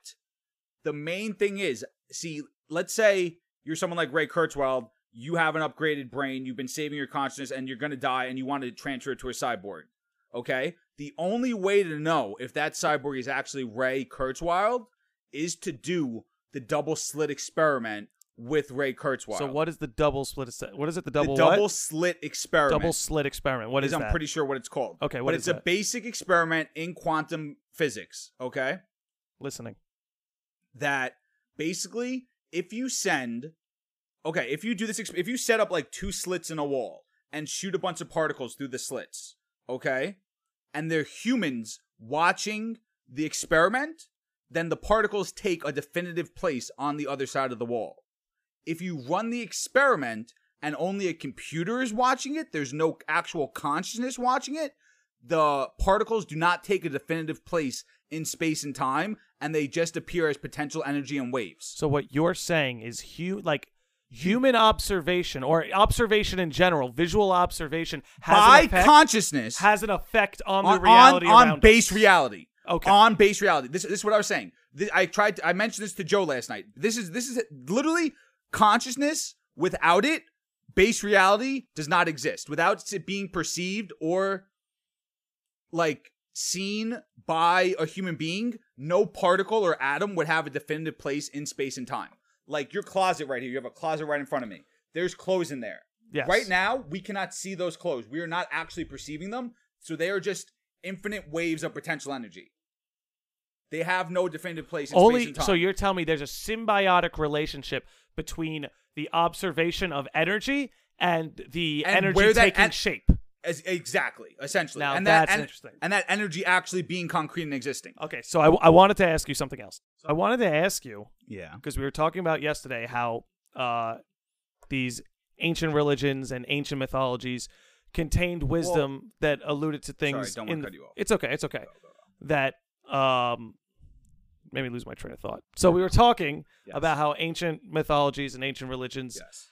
Speaker 1: the main thing is, see, let's say you're someone like Ray Kurzweil, you have an upgraded brain, you've been saving your consciousness, and you're gonna die and you want to transfer it to a cyborg. Okay? The only way to know if that cyborg is actually Ray Kurzweil is to do the double slit experiment with Ray Kurzweil.
Speaker 2: So what is the double split? ascent- What is it? The double
Speaker 1: the double
Speaker 2: what?
Speaker 1: slit experiment?
Speaker 2: double slit experiment. What is
Speaker 1: is I'm
Speaker 2: that?
Speaker 1: pretty sure what it's called.
Speaker 2: Okay, what
Speaker 1: but
Speaker 2: is
Speaker 1: it's a
Speaker 2: that?
Speaker 1: basic experiment in quantum physics. Okay,
Speaker 2: Listening.
Speaker 1: that basically if you send, okay, if you do this, exp- if you set up like two slits in a wall and shoot a bunch of particles through the slits, okay, and they're humans watching the experiment, then the particles take a definitive place on the other side of the wall. If you run the experiment and only a computer is watching it, there's no actual consciousness watching it, the particles do not take a definitive place in space and time, and they just appear as potential energy and waves.
Speaker 2: So what you're saying is hu- like human observation or observation in general, visual observation has an
Speaker 1: By
Speaker 2: effect,
Speaker 1: consciousness,
Speaker 2: has an effect on,
Speaker 1: on,
Speaker 2: the reality
Speaker 1: on, on
Speaker 2: around
Speaker 1: base
Speaker 2: us.
Speaker 1: reality.
Speaker 2: Okay.
Speaker 1: On base reality. This, this is what I was saying. th- I tried. To, I mentioned this to Joe last night. This is this is literally consciousness. Without it, base reality does not exist. Without it being perceived or like seen by a human being, no particle or atom would have a definitive place in space and time. Like your closet right here. You have a closet right in front of me. There's clothes in there.
Speaker 2: Yes.
Speaker 1: Right now, we cannot see those clothes. We are not actually perceiving them. So they are just infinite waves of potential energy. They have no definitive place in space
Speaker 2: Only
Speaker 1: and time.
Speaker 2: so you're telling me there's a symbiotic relationship between the observation of energy and the
Speaker 1: And
Speaker 2: energy
Speaker 1: where that
Speaker 2: taking
Speaker 1: en-
Speaker 2: shape.
Speaker 1: As, exactly, essentially.
Speaker 2: Now
Speaker 1: and
Speaker 2: that's
Speaker 1: that en-
Speaker 2: interesting.
Speaker 1: And that energy actually being concrete and existing.
Speaker 2: Okay, so I, I wanted to ask you something else. So I wanted to ask you
Speaker 1: Yeah.
Speaker 2: because we were talking about yesterday how uh, these ancient religions and ancient mythologies contained wisdom that alluded to things.
Speaker 1: don't wanna
Speaker 2: in the-
Speaker 1: cut you off.
Speaker 2: It's okay. It's okay. That um, made me lose my train of thought. So we were talking
Speaker 1: Yes.
Speaker 2: about how ancient mythologies and ancient religions
Speaker 1: Yes.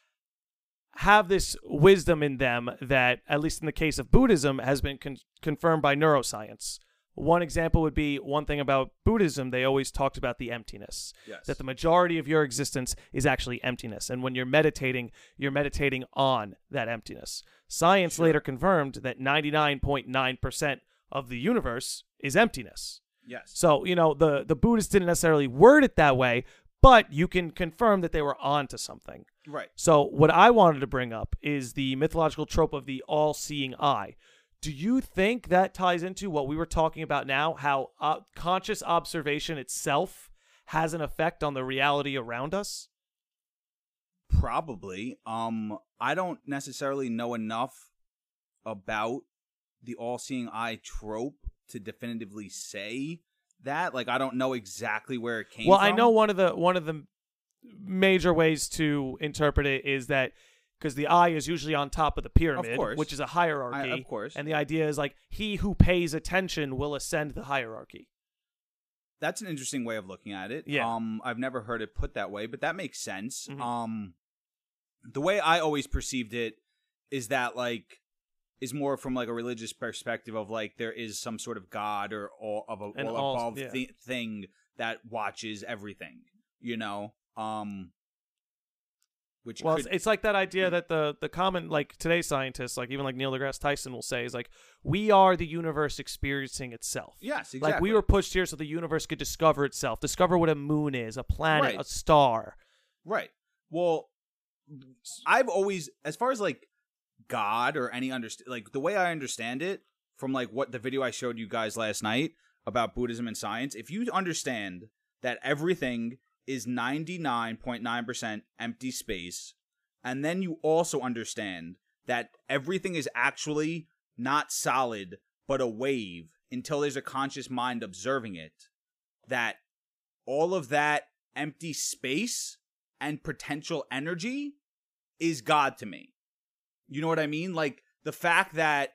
Speaker 2: have this wisdom in them that, at least in the case of Buddhism, has been con- confirmed by neuroscience. One example would be one thing about Buddhism, they always talked about the emptiness.
Speaker 1: Yes.
Speaker 2: That the majority of your existence is actually emptiness. And when you're meditating, you're meditating on that emptiness. Science later confirmed that 99.9% of the universe is emptiness.
Speaker 1: Yes.
Speaker 2: So, you know, the, the Buddhists didn't necessarily word it that way, but you can confirm that they were onto something.
Speaker 1: Right.
Speaker 2: So, what I wanted to bring up is the mythological trope of the all seeing eye. Do you think that ties into what we were talking about now, how uh, conscious observation itself has an effect on the reality around us?
Speaker 1: Probably. Um, I don't necessarily know enough about the all-seeing eye trope to definitively say that. Like, I don't know exactly where it came.
Speaker 2: well, I
Speaker 1: from.
Speaker 2: know one of the one of the major ways to interpret it is that because the eye is usually on top of the pyramid,
Speaker 1: course.
Speaker 2: which is a hierarchy,
Speaker 1: I- of course.
Speaker 2: and the idea is like he who pays attention will ascend the hierarchy.
Speaker 1: that's an interesting way of looking at it.
Speaker 2: Yeah.
Speaker 1: Um, I've never heard it put that way, but that makes sense.
Speaker 2: Mhm.
Speaker 1: Um, the way I always perceived it is that like is more from like a religious perspective of like there is some sort of god or all of a
Speaker 2: An
Speaker 1: all,
Speaker 2: all-
Speaker 1: above
Speaker 2: yeah.
Speaker 1: thi- thing that watches everything. You know. Um. Which
Speaker 2: well,
Speaker 1: could,
Speaker 2: it's, it's like that idea that the the common like today's scientists, like even like Neil deGrasse Tyson, will say is like we are the universe experiencing itself.
Speaker 1: yes, exactly.
Speaker 2: Like we were pushed here so the universe could discover itself, discover what a moon is, a planet,
Speaker 1: Right.
Speaker 2: a star.
Speaker 1: Right. Well, I've always, as far as like God or any underst like the way I understand it from like what the video I showed you guys last night about Buddhism and science, if you understand that everything is 99.9% empty space, and then you also understand that everything is actually not solid but a wave until there's a conscious mind observing it, that all of that empty space and potential energy is God to me. You know what I mean? Like the fact that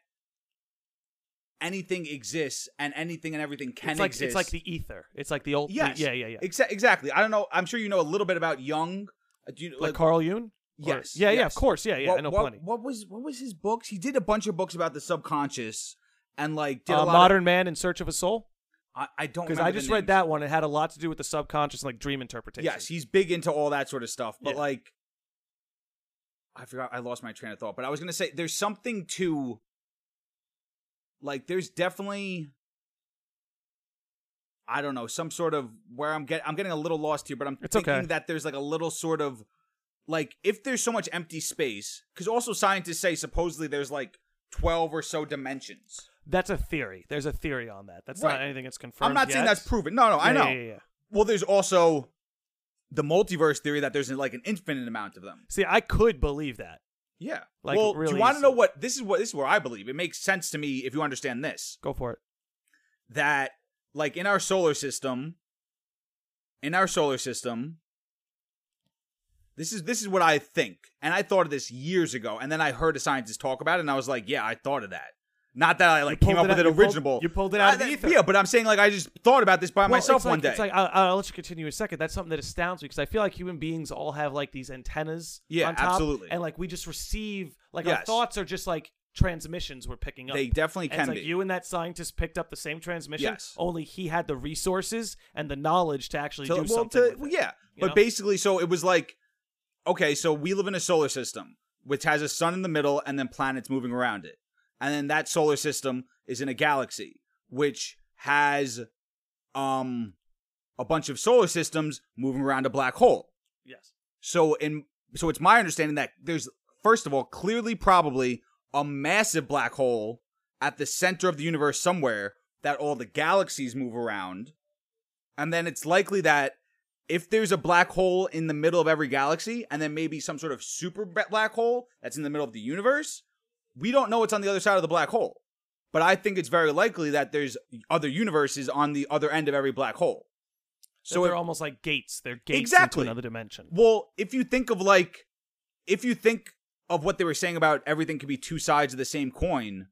Speaker 1: anything exists and anything and everything can
Speaker 2: it's like
Speaker 1: exist.
Speaker 2: it's like the ether. It's like the old.
Speaker 1: Yes.
Speaker 2: yeah, yeah, yeah.
Speaker 1: Exa- exactly. I don't know. I'm sure you know a little bit about Jung. Uh, Do you,
Speaker 2: like, Carl Jung. Or-
Speaker 1: Yes,
Speaker 2: yeah, yeah. Of
Speaker 1: yes.
Speaker 2: course. Yeah, yeah.
Speaker 1: what,
Speaker 2: I know
Speaker 1: what,
Speaker 2: plenty.
Speaker 1: What was what was his books? He did a bunch of books about the subconscious and like did a
Speaker 2: Uh,
Speaker 1: lot
Speaker 2: modern man in search of a soul.
Speaker 1: Of, I, I don't
Speaker 2: Because
Speaker 1: remember
Speaker 2: I
Speaker 1: the
Speaker 2: just read
Speaker 1: names.
Speaker 2: that one. It had a lot to do with the subconscious, and like dream interpretation.
Speaker 1: Yes, he's big into all that sort of stuff. But
Speaker 2: Yeah.
Speaker 1: like, I forgot. I lost my train of thought. But I was gonna say there's something to. Like, there's definitely. I don't know some sort of where I'm get I'm getting a little lost here, but I'm
Speaker 2: It's
Speaker 1: thinking
Speaker 2: okay.
Speaker 1: that there's like a little sort of like if there's so much empty space because also scientists say supposedly there's like twelve or so dimensions.
Speaker 2: That's a theory. There's a theory on that. That's not
Speaker 1: Right.
Speaker 2: anything that's confirmed.
Speaker 1: I'm not saying
Speaker 2: yet.
Speaker 1: that's proven. No, no, I
Speaker 2: Yeah,
Speaker 1: know.
Speaker 2: yeah, yeah, yeah.
Speaker 1: Well, there's also the multiverse theory that there's like an infinite amount of them.
Speaker 2: See, I could believe that.
Speaker 1: Yeah.
Speaker 2: Like,
Speaker 1: well, do
Speaker 2: really
Speaker 1: you want to know
Speaker 2: easily.
Speaker 1: what this is? What this is where I believe it makes sense to me if you understand this
Speaker 2: Go for it.
Speaker 1: that like in our solar system, in our solar system, this is this is what I think, and I thought of this years ago, and then I heard a scientist talk about it, and I was like, yeah, I thought of that. Not that I like
Speaker 2: pulled
Speaker 1: came up
Speaker 2: it
Speaker 1: with
Speaker 2: out-
Speaker 1: it
Speaker 2: you pulled-
Speaker 1: original.
Speaker 2: you pulled it out
Speaker 1: I-
Speaker 2: of the
Speaker 1: that-
Speaker 2: ether.
Speaker 1: Yeah, but I'm saying like I just thought about this by
Speaker 2: Well,
Speaker 1: myself
Speaker 2: it's
Speaker 1: one
Speaker 2: like,
Speaker 1: day.
Speaker 2: It's like I'll, I'll let you continue in a second. That's something that astounds me because I feel like human beings all have like these antennas.
Speaker 1: Yeah,
Speaker 2: on top,
Speaker 1: absolutely.
Speaker 2: And like we just receive like our
Speaker 1: Yes.
Speaker 2: thoughts are just like transmissions were picking up.
Speaker 1: They definitely can
Speaker 2: And it's like
Speaker 1: be.
Speaker 2: you and that scientist picked up the same transmission.
Speaker 1: Yes.
Speaker 2: Only he had the resources and the knowledge to actually
Speaker 1: To-
Speaker 2: do
Speaker 1: well,
Speaker 2: something.
Speaker 1: to-
Speaker 2: with it.
Speaker 1: yeah,
Speaker 2: you
Speaker 1: but
Speaker 2: know?
Speaker 1: basically, so it was like, okay, so we live in a solar system which has a sun in the middle and then planets moving around it, and then that solar system is in a galaxy which has, um, a bunch of solar systems moving around a black hole.
Speaker 2: Yes.
Speaker 1: So in so it's my understanding that there's first of all clearly probably a massive black hole at the center of the universe somewhere that all the galaxies move around. And then it's likely that if there's a black hole in the middle of every galaxy and then maybe some sort of super ba- black hole that's in the middle of the universe, we don't know what's on the other side of the black hole. But I think it's very likely that there's other universes on the other end of every black hole.
Speaker 2: So
Speaker 1: it-
Speaker 2: they're almost like gates. They're gates
Speaker 1: Exactly.
Speaker 2: into another dimension.
Speaker 1: well, if you think of like, if you think of what they were saying about everything could be two sides of the same coin,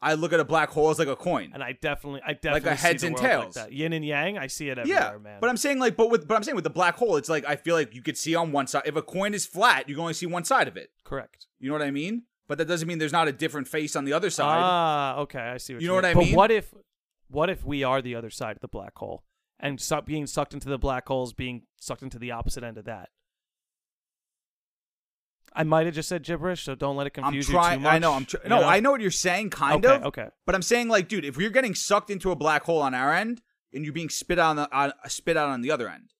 Speaker 1: I look at a black hole as like a coin.
Speaker 2: And I definitely, I definitely
Speaker 1: a
Speaker 2: see
Speaker 1: heads
Speaker 2: the
Speaker 1: and
Speaker 2: world like
Speaker 1: tails.
Speaker 2: that. Yin and yang. I see it everywhere,
Speaker 1: yeah,
Speaker 2: man.
Speaker 1: but I'm saying like, but with but I'm saying with the black hole, it's like I feel like you could see on one side. If a coin is flat, you can only see one side of it.
Speaker 2: correct.
Speaker 1: You know what I mean? But that doesn't mean there's not a different face on the other side.
Speaker 2: Ah, okay, I see what
Speaker 1: You
Speaker 2: you,
Speaker 1: know what I
Speaker 2: mean.
Speaker 1: mean?
Speaker 2: But what if, what if we are the other side of the black hole, and su- being sucked into the black hole is being sucked into the opposite end of that? I might have just said gibberish, so don't let it
Speaker 1: I'm
Speaker 2: confuse you
Speaker 1: trying.
Speaker 2: too much.
Speaker 1: I know. I'm tr-
Speaker 2: you
Speaker 1: no. I know what you're saying, kind
Speaker 2: Okay,
Speaker 1: of.
Speaker 2: okay.
Speaker 1: But I'm saying like, dude, if we're getting sucked into a black hole on our end, and you're being spit out on the on, spit out on the other end,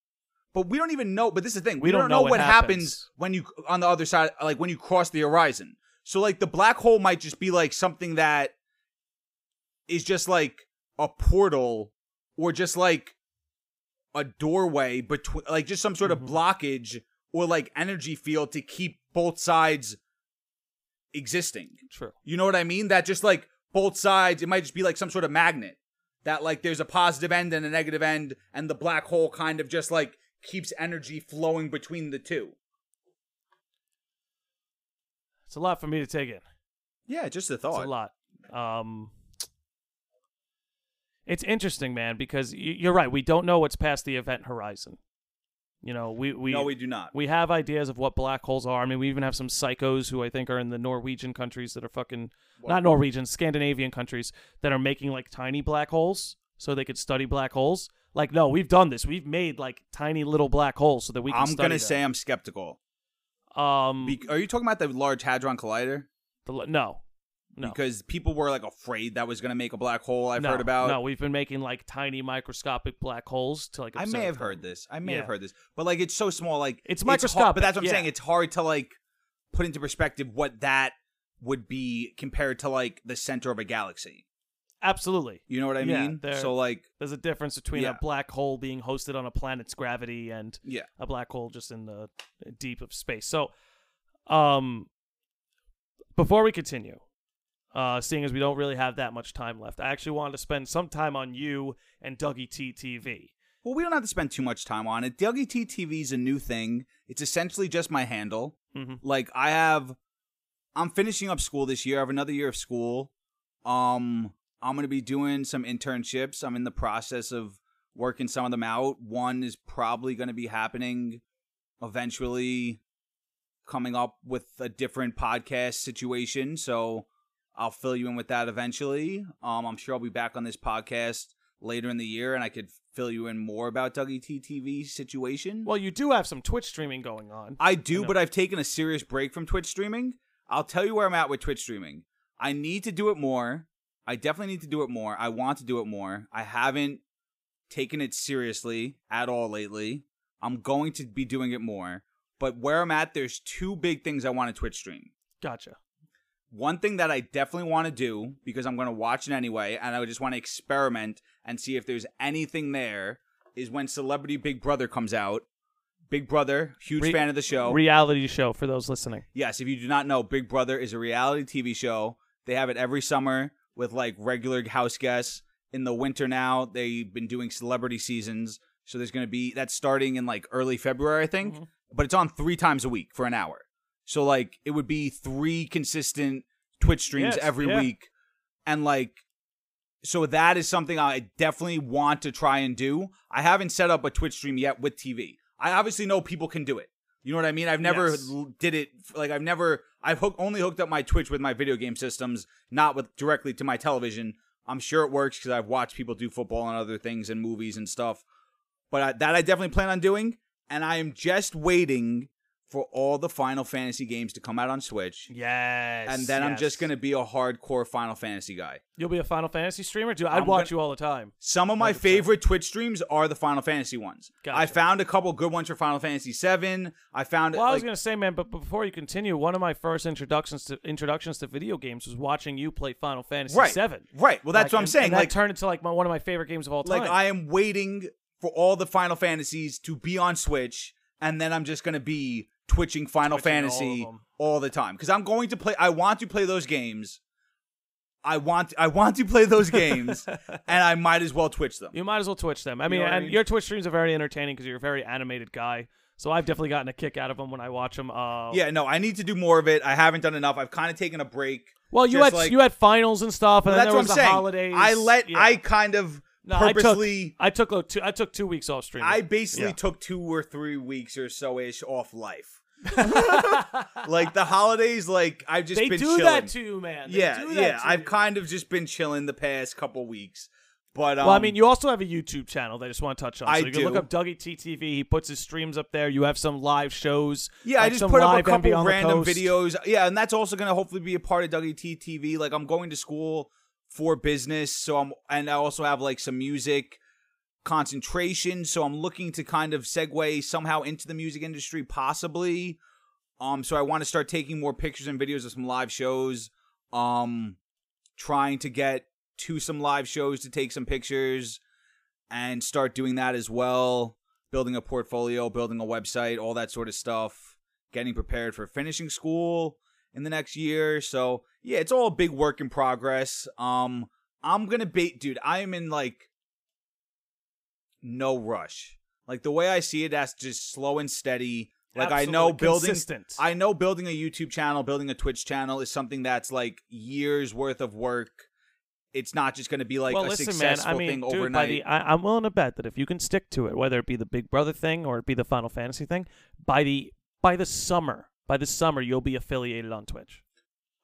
Speaker 1: but we don't even know. But this is the thing: we, don't, know, what happens.
Speaker 2: happens.
Speaker 1: when you on the other side, like when you cross the horizon. So like the black hole might just be like something that is just like a portal, or just like a doorway between, like just some sort
Speaker 2: Mhm.
Speaker 1: of blockage or like energy field to keep both sides existing.
Speaker 2: True.
Speaker 1: You know what I mean? That just like both sides, it might just be like some sort of magnet. That like there's a positive end and a negative end, and the black hole kind of just like keeps energy flowing between the two.
Speaker 2: It's a lot for me to take in.
Speaker 1: Yeah, just a
Speaker 2: It's a lot. Um, it's interesting, man, because y- you're right. We don't know what's past the event horizon. You know, we we
Speaker 1: no, we do not.
Speaker 2: we have ideas of what black holes are. I mean, we even have some psychos who I think are in the Norwegian countries that are fucking not Norwegian, Scandinavian countries that are making like tiny black holes so they could study black holes. Like, no, we've done this. We've made like tiny little black holes so that we can.
Speaker 1: I'm
Speaker 2: study
Speaker 1: gonna
Speaker 2: them.
Speaker 1: say I'm skeptical.
Speaker 2: um,
Speaker 1: Be- are you talking about the Large Hadron Collider?
Speaker 2: the, no, no,
Speaker 1: Because people were like afraid that was gonna make a black hole. I've
Speaker 2: no,
Speaker 1: heard about.
Speaker 2: No, we've been making like tiny microscopic black holes to like.
Speaker 1: I
Speaker 2: observe
Speaker 1: may have
Speaker 2: them.
Speaker 1: heard this. I may have
Speaker 2: Yeah.
Speaker 1: heard this, but like it's so small. Like
Speaker 2: It's
Speaker 1: hard-
Speaker 2: microscopic,
Speaker 1: but that's what I'm
Speaker 2: yeah.
Speaker 1: saying. It's hard to like put into perspective what that would be compared to like the center of a galaxy.
Speaker 2: Absolutely,
Speaker 1: You know what I
Speaker 2: Yeah,
Speaker 1: mean?
Speaker 2: they're-
Speaker 1: So like,
Speaker 2: there's a difference between
Speaker 1: Yeah.
Speaker 2: a black hole being hosted on a planet's gravity and
Speaker 1: yeah,
Speaker 2: a black hole just in the deep of space. So, um, before we continue, uh, seeing as we don't really have that much time left, I actually wanted to spend some time on you and Dougie TTV.
Speaker 1: well, we don't have to spend too much time on it. DLGT TV is a new thing. It's essentially just my handle.
Speaker 2: Mm-hmm.
Speaker 1: Like I have, I'm finishing up school this year. I have another year of school. Um, I'm gonna be doing some internships. I'm in the process of working some of them out. One is probably gonna be happening eventually. Coming up with a different podcast situation, so I'll fill you in with that eventually. Um, I'm sure I'll be back on this podcast later in the year, and I could fill you in more about Dougie TTV situation.
Speaker 2: Well, you do have some Twitch streaming going on.
Speaker 1: I do,
Speaker 2: know.
Speaker 1: but I've taken a serious break from Twitch streaming. I'll tell you where I'm at with Twitch streaming. I need to do it more. I definitely need to do it more. I want to do it more. I haven't taken it seriously at all lately. I'm going to be doing it more. But where I'm at, there's two big things I want to Twitch stream.
Speaker 2: Gotcha.
Speaker 1: One thing that I definitely want to do because I'm going to watch it anyway, and I just want to experiment and see if there's anything there, is when Celebrity Big Brother comes out. Big Brother, huge
Speaker 2: Re-
Speaker 1: fan of the show.
Speaker 2: Reality show for those listening.
Speaker 1: Yes, if you do not know, Big Brother is a reality TV show. They have it every summer with like regular house guests. In the winter now, they've been doing celebrity seasons. So there's going to be that's starting in like early February, I think.
Speaker 2: Mhm.
Speaker 1: But it's on three times a week for an hour. So like it would be three consistent Twitch streams
Speaker 2: Yes,
Speaker 1: every
Speaker 2: yeah.
Speaker 1: week. And like so that is something I definitely want to try and do. I haven't set up a Twitch stream yet with TV. I obviously know people can do it. You know what I mean? I've never
Speaker 2: Yes.
Speaker 1: l- did it f- like I've never I've hook, only hooked up my Twitch with my video game systems, not with directly to my television. I'm sure it works because I've watched people do football and other things and movies and stuff. But I, that I definitely plan on doing, and I am just waiting for all the Final Fantasy games to come out on Switch,
Speaker 3: Yes.
Speaker 1: and then I'm
Speaker 3: yes.
Speaker 1: just gonna be a hardcore Final Fantasy guy.
Speaker 2: You'll be a Final Fantasy streamer, dude. I'd
Speaker 1: I'm
Speaker 2: watch
Speaker 1: gonna-
Speaker 2: you all the time.
Speaker 1: Some of my
Speaker 2: 100%.
Speaker 1: favorite Twitch streams are the Final Fantasy ones. I
Speaker 2: Gotcha.
Speaker 1: found a couple good ones for Final Fantasy VII. I found
Speaker 2: Well, I was
Speaker 1: like,
Speaker 2: gonna say, man, but before you continue, one of my first introductions to introductions to video games was watching you play Final Fantasy
Speaker 1: right,
Speaker 2: VII.
Speaker 1: right. Well, that's
Speaker 2: Like,
Speaker 1: what I'm
Speaker 2: and-
Speaker 1: saying.
Speaker 2: and that
Speaker 1: like,
Speaker 2: turned into like my, one of my favorite games of all time.
Speaker 1: like I am waiting for all the Final Fantasies to be on Switch, and then I'm just gonna be twitching Final
Speaker 2: Twitching all of
Speaker 1: Fantasy all, the
Speaker 2: them.
Speaker 1: time because I'm going to play. I want to play those games. I want I want to play those games, and I might as well twitch them.
Speaker 2: you might as well Twitch them. I mean,
Speaker 1: know what I
Speaker 2: and
Speaker 1: mean?
Speaker 2: your Twitch streams are very entertaining because you're a very animated guy. So I've definitely gotten a kick out of them when I watch them. Uh,
Speaker 1: Yeah, no, I need to do more of it. I haven't done enough. I've kind of taken a break.
Speaker 2: Well, you
Speaker 1: Just
Speaker 2: had
Speaker 1: like-
Speaker 2: you had finals and stuff, and
Speaker 1: Well, that's
Speaker 2: then there
Speaker 1: what I'm
Speaker 2: was the
Speaker 1: saying.
Speaker 2: holidays.
Speaker 1: I let
Speaker 2: Yeah.
Speaker 1: I kind of
Speaker 2: No,
Speaker 1: purposely.
Speaker 2: I took I took like two I took two weeks off streaming.
Speaker 1: I basically
Speaker 3: Yeah.
Speaker 1: took two or three weeks or so ish off life. like the holidays, like I've just
Speaker 2: they do
Speaker 1: been chilling.
Speaker 2: that to you, man. They
Speaker 1: yeah,
Speaker 2: do that
Speaker 1: yeah.
Speaker 2: to
Speaker 1: I've
Speaker 2: you.
Speaker 1: kind of just been chilling the past couple weeks, but um,
Speaker 2: Well, I mean, you also have a YouTube channel that I just want to touch on. So
Speaker 1: I
Speaker 2: you can look
Speaker 1: do.
Speaker 2: up Dougie TTV. He puts his streams up there. You have some live shows.
Speaker 1: yeah, I
Speaker 2: like
Speaker 1: just
Speaker 2: some
Speaker 1: put up a
Speaker 2: live NBA
Speaker 1: couple
Speaker 2: on the
Speaker 1: random
Speaker 2: Coast.
Speaker 1: videos. Yeah, and that's also gonna hopefully be a part of WT TV. Like I'm going to school for business, so I'm, and I also have like some music concentration, so I'm looking to kind of segue somehow into the music industry, possibly. Um, so I want to start taking more pictures and videos of some live shows. Um, trying to get to some live shows to take some pictures and start doing that as well. Building a portfolio, building a website, all that sort of stuff. Getting prepared for finishing school in the next year. So yeah, it's all a big work in progress. Um, I'm gonna be, dude. I am in like no rush. Like the way I see it, that's just slow and steady. Like I know
Speaker 2: Absolutely
Speaker 1: building
Speaker 2: consistent.
Speaker 1: I know building a YouTube channel, building a Twitch channel is something that's like years worth of work. It's not just going to be like
Speaker 2: well,
Speaker 1: a
Speaker 2: listen, man.
Speaker 1: successful
Speaker 2: I mean,
Speaker 1: thing
Speaker 2: dude, by
Speaker 1: overnight.
Speaker 2: the, I, I'm willing to bet that if you can stick to it, whether it be the Big Brother thing or it be the Final Fantasy thing, by the by the summer, by the summer, you'll be affiliated on Twitch.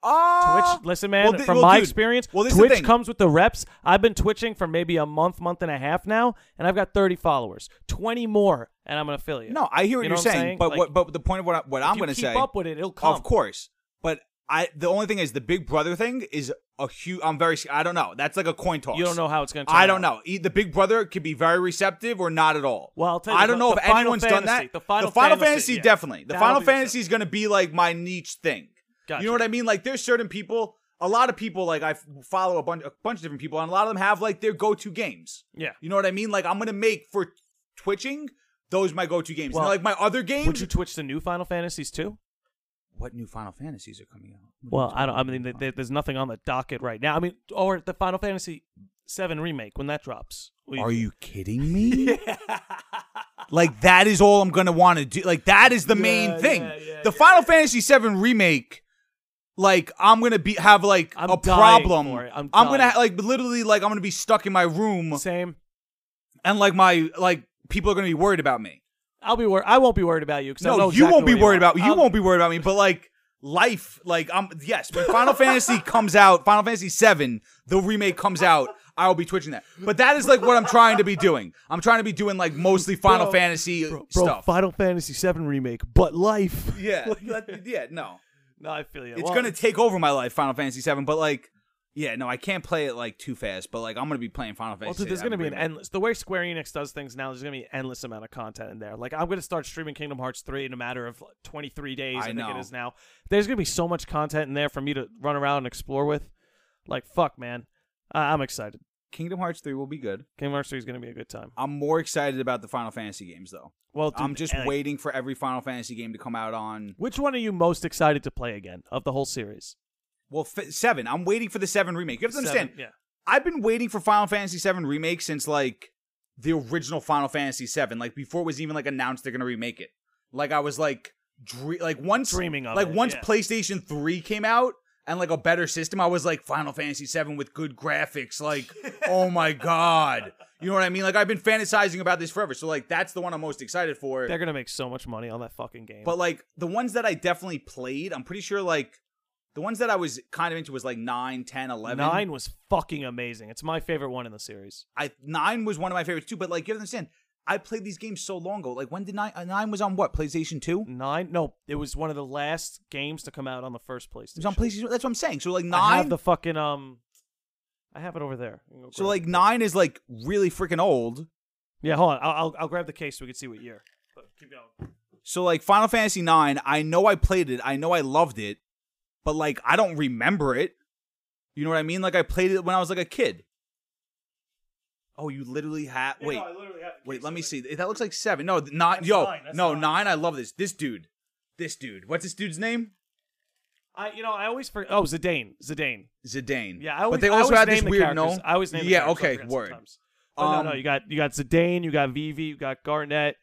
Speaker 1: Ah!
Speaker 2: Twitch, listen, man.
Speaker 1: Well, thi-
Speaker 2: from
Speaker 1: well,
Speaker 2: my
Speaker 1: dude,
Speaker 2: experience,
Speaker 1: well, this is the
Speaker 2: Twitch
Speaker 1: thing.
Speaker 2: comes with the reps. I've been twitching for maybe a month, month and a half now, and I've got 30 followers, 20 more, and I'm an affiliate.
Speaker 1: No, I hear what you
Speaker 2: You know
Speaker 1: are
Speaker 2: what I'm
Speaker 1: saying,
Speaker 2: saying?
Speaker 1: but
Speaker 2: Like,
Speaker 1: what? But the point of what, I, what I'm
Speaker 2: you
Speaker 1: going to
Speaker 2: keep
Speaker 1: say,
Speaker 2: up with it, it'll come.
Speaker 1: of course. But I, the only thing is, the Big Brother thing is a huge. I'm very. I don't know. That's like a coin toss.
Speaker 2: you don't know how it's going to.
Speaker 1: I don't know. E- The Big Brother could be very receptive or not at all.
Speaker 2: Well, I'll tell you,
Speaker 1: I don't
Speaker 2: the-
Speaker 1: know
Speaker 2: the
Speaker 1: if
Speaker 2: Final
Speaker 1: anyone's done
Speaker 2: Fantasy-
Speaker 1: that.
Speaker 2: the Final
Speaker 1: Fantasy,
Speaker 2: Fantasy, yeah.
Speaker 1: definitely. The
Speaker 2: That'll
Speaker 1: Final
Speaker 2: be the same.
Speaker 1: Fantasy is going to be like my niche thing.
Speaker 2: Gotcha.
Speaker 1: You know what I mean? Like there's certain people. A lot of people like I f- follow a bunch, a bunch of different people, and a lot of them have like their go-to games.
Speaker 2: Yeah.
Speaker 1: You know what I mean? Like I'm gonna make for twitching those my go-to games.
Speaker 2: Well,
Speaker 1: and like my other games.
Speaker 2: Would you twitch the new Final Fantasies too?
Speaker 1: what new Final Fantasies are coming out?
Speaker 2: Well, I don't. I mean, th- th- there's nothing on the docket right now. I mean, or the Final Fantasy VII remake when that drops. We-
Speaker 1: Are you kidding me? like that is all I'm gonna want to do. Like that is the
Speaker 2: Yeah,
Speaker 1: main thing.
Speaker 2: yeah, yeah,
Speaker 1: the Final Fantasy VII remake. Like I'm gonna be have like
Speaker 2: I'm
Speaker 1: a
Speaker 2: dying
Speaker 1: problem.
Speaker 2: for it. I'm
Speaker 1: gonna
Speaker 2: dying.
Speaker 1: ha- like literally like I'm gonna be stuck in my room
Speaker 2: Same.
Speaker 1: and like my like people are gonna be worried about me.
Speaker 2: I'll be worried. I won't be worried about you Um, because
Speaker 1: No, you won't be worried about you
Speaker 2: I'll-
Speaker 1: won't be worried about me. But like life, like I'm yes. When Final Fantasy comes out, Final Fantasy VII, the remake comes out, I will be twitching that. But that is like what I'm trying to be doing. I'm trying to be doing like mostly Final Fantasy
Speaker 2: Bro,
Speaker 1: stuff.
Speaker 2: Final Fantasy VII remake, but life.
Speaker 1: yeah, that- yeah, no,
Speaker 2: No, I feel you.
Speaker 1: it's
Speaker 2: Well,
Speaker 1: gonna take over my life, Final Fantasy VII. But like, yeah, no, I can't play it like too fast. But like, I'm gonna be playing Final
Speaker 2: Well,
Speaker 1: Fantasy.
Speaker 2: dude, there's
Speaker 1: VII
Speaker 2: going to be an
Speaker 1: remake.
Speaker 2: endless. The way Square Enix does things now, there's going to be an endless amount of content in there. Like, I'm going to start streaming Kingdom Hearts 3 in a matter of like, 23 days, I,
Speaker 1: I
Speaker 2: think it
Speaker 1: know.
Speaker 2: is now. There's going to be so much content in there for me to run around and explore with. Like, fuck, man. I I'm excited.
Speaker 1: Kingdom Hearts three will be good.
Speaker 2: Kingdom Hearts 3 is going to be a good time.
Speaker 1: I'm more excited about the Final Fantasy games though.
Speaker 2: Well, dude,
Speaker 1: I'm just
Speaker 2: like,
Speaker 1: waiting for every Final Fantasy game to come out on
Speaker 2: Which one are you most excited to play again of the whole series?
Speaker 1: Well, f- seven. I'm waiting for the seven remake. You have to
Speaker 2: Seven,
Speaker 1: understand.
Speaker 2: yeah.
Speaker 1: I've been waiting for Final Fantasy seven remake since like the original Final Fantasy seven, like before it was even like announced they're gonna remake it. Like I was like, dre- like once
Speaker 2: Dreaming of
Speaker 1: like
Speaker 2: it,
Speaker 1: once
Speaker 2: yeah.
Speaker 1: PlayStation three came out and like a better system, I was like Final Fantasy seven with good graphics. Like, oh my god, You know what I mean? Like I've been fantasizing about this forever. So like that's the one I'm most excited for.
Speaker 2: They're gonna make so much money on that fucking game.
Speaker 1: But like the ones that I definitely played, I'm pretty sure like the ones that I was kind of into was like 9, 10, 11.
Speaker 2: Nine was fucking amazing. It's my favorite one in the series.
Speaker 1: I 9 was one of my favorites too, but like you have to understand, I played these games so long ago. Like when did 9 uh, 9 was on what? PlayStation 2? It
Speaker 2: Nine? No, it was one of the last games to come out on the first PlayStation.
Speaker 1: was on PlayStation. That's what I'm saying. So like 9
Speaker 2: I have the fucking um, I have it over there. You can go
Speaker 1: So
Speaker 2: grab it.
Speaker 1: like 9 is like really freaking old.
Speaker 2: yeah, hold on. I'll, I'll I'll grab the case so we can see what year. But keep going.
Speaker 1: So like Final Fantasy 9, I know I played it. I know I loved it. But like I don't remember it. You know what I mean? Like I played it when I was like a kid. Oh, you literally have wait.
Speaker 4: literally have
Speaker 1: Wait, let me see. That looks like seven. No, th- nine. yo,
Speaker 4: nine, that's
Speaker 1: no,
Speaker 4: nine.
Speaker 1: nine. I love this. This dude. This dude. What's this dude's name?
Speaker 2: I you know I always forget. Oh, Zidane, Zidane.
Speaker 1: Zidane.
Speaker 2: Yeah, I always,
Speaker 1: but they
Speaker 2: I
Speaker 1: also
Speaker 2: always
Speaker 1: had
Speaker 2: name
Speaker 1: this
Speaker 2: the
Speaker 1: weird
Speaker 2: characters.
Speaker 1: no.
Speaker 2: I always name. the
Speaker 1: Yeah.
Speaker 2: characters, so I
Speaker 1: Okay.
Speaker 2: forget
Speaker 1: Word.
Speaker 2: sometimes. But no, no,
Speaker 1: Um,
Speaker 2: you got you got Zidane, you got Vivi, you got Garnett.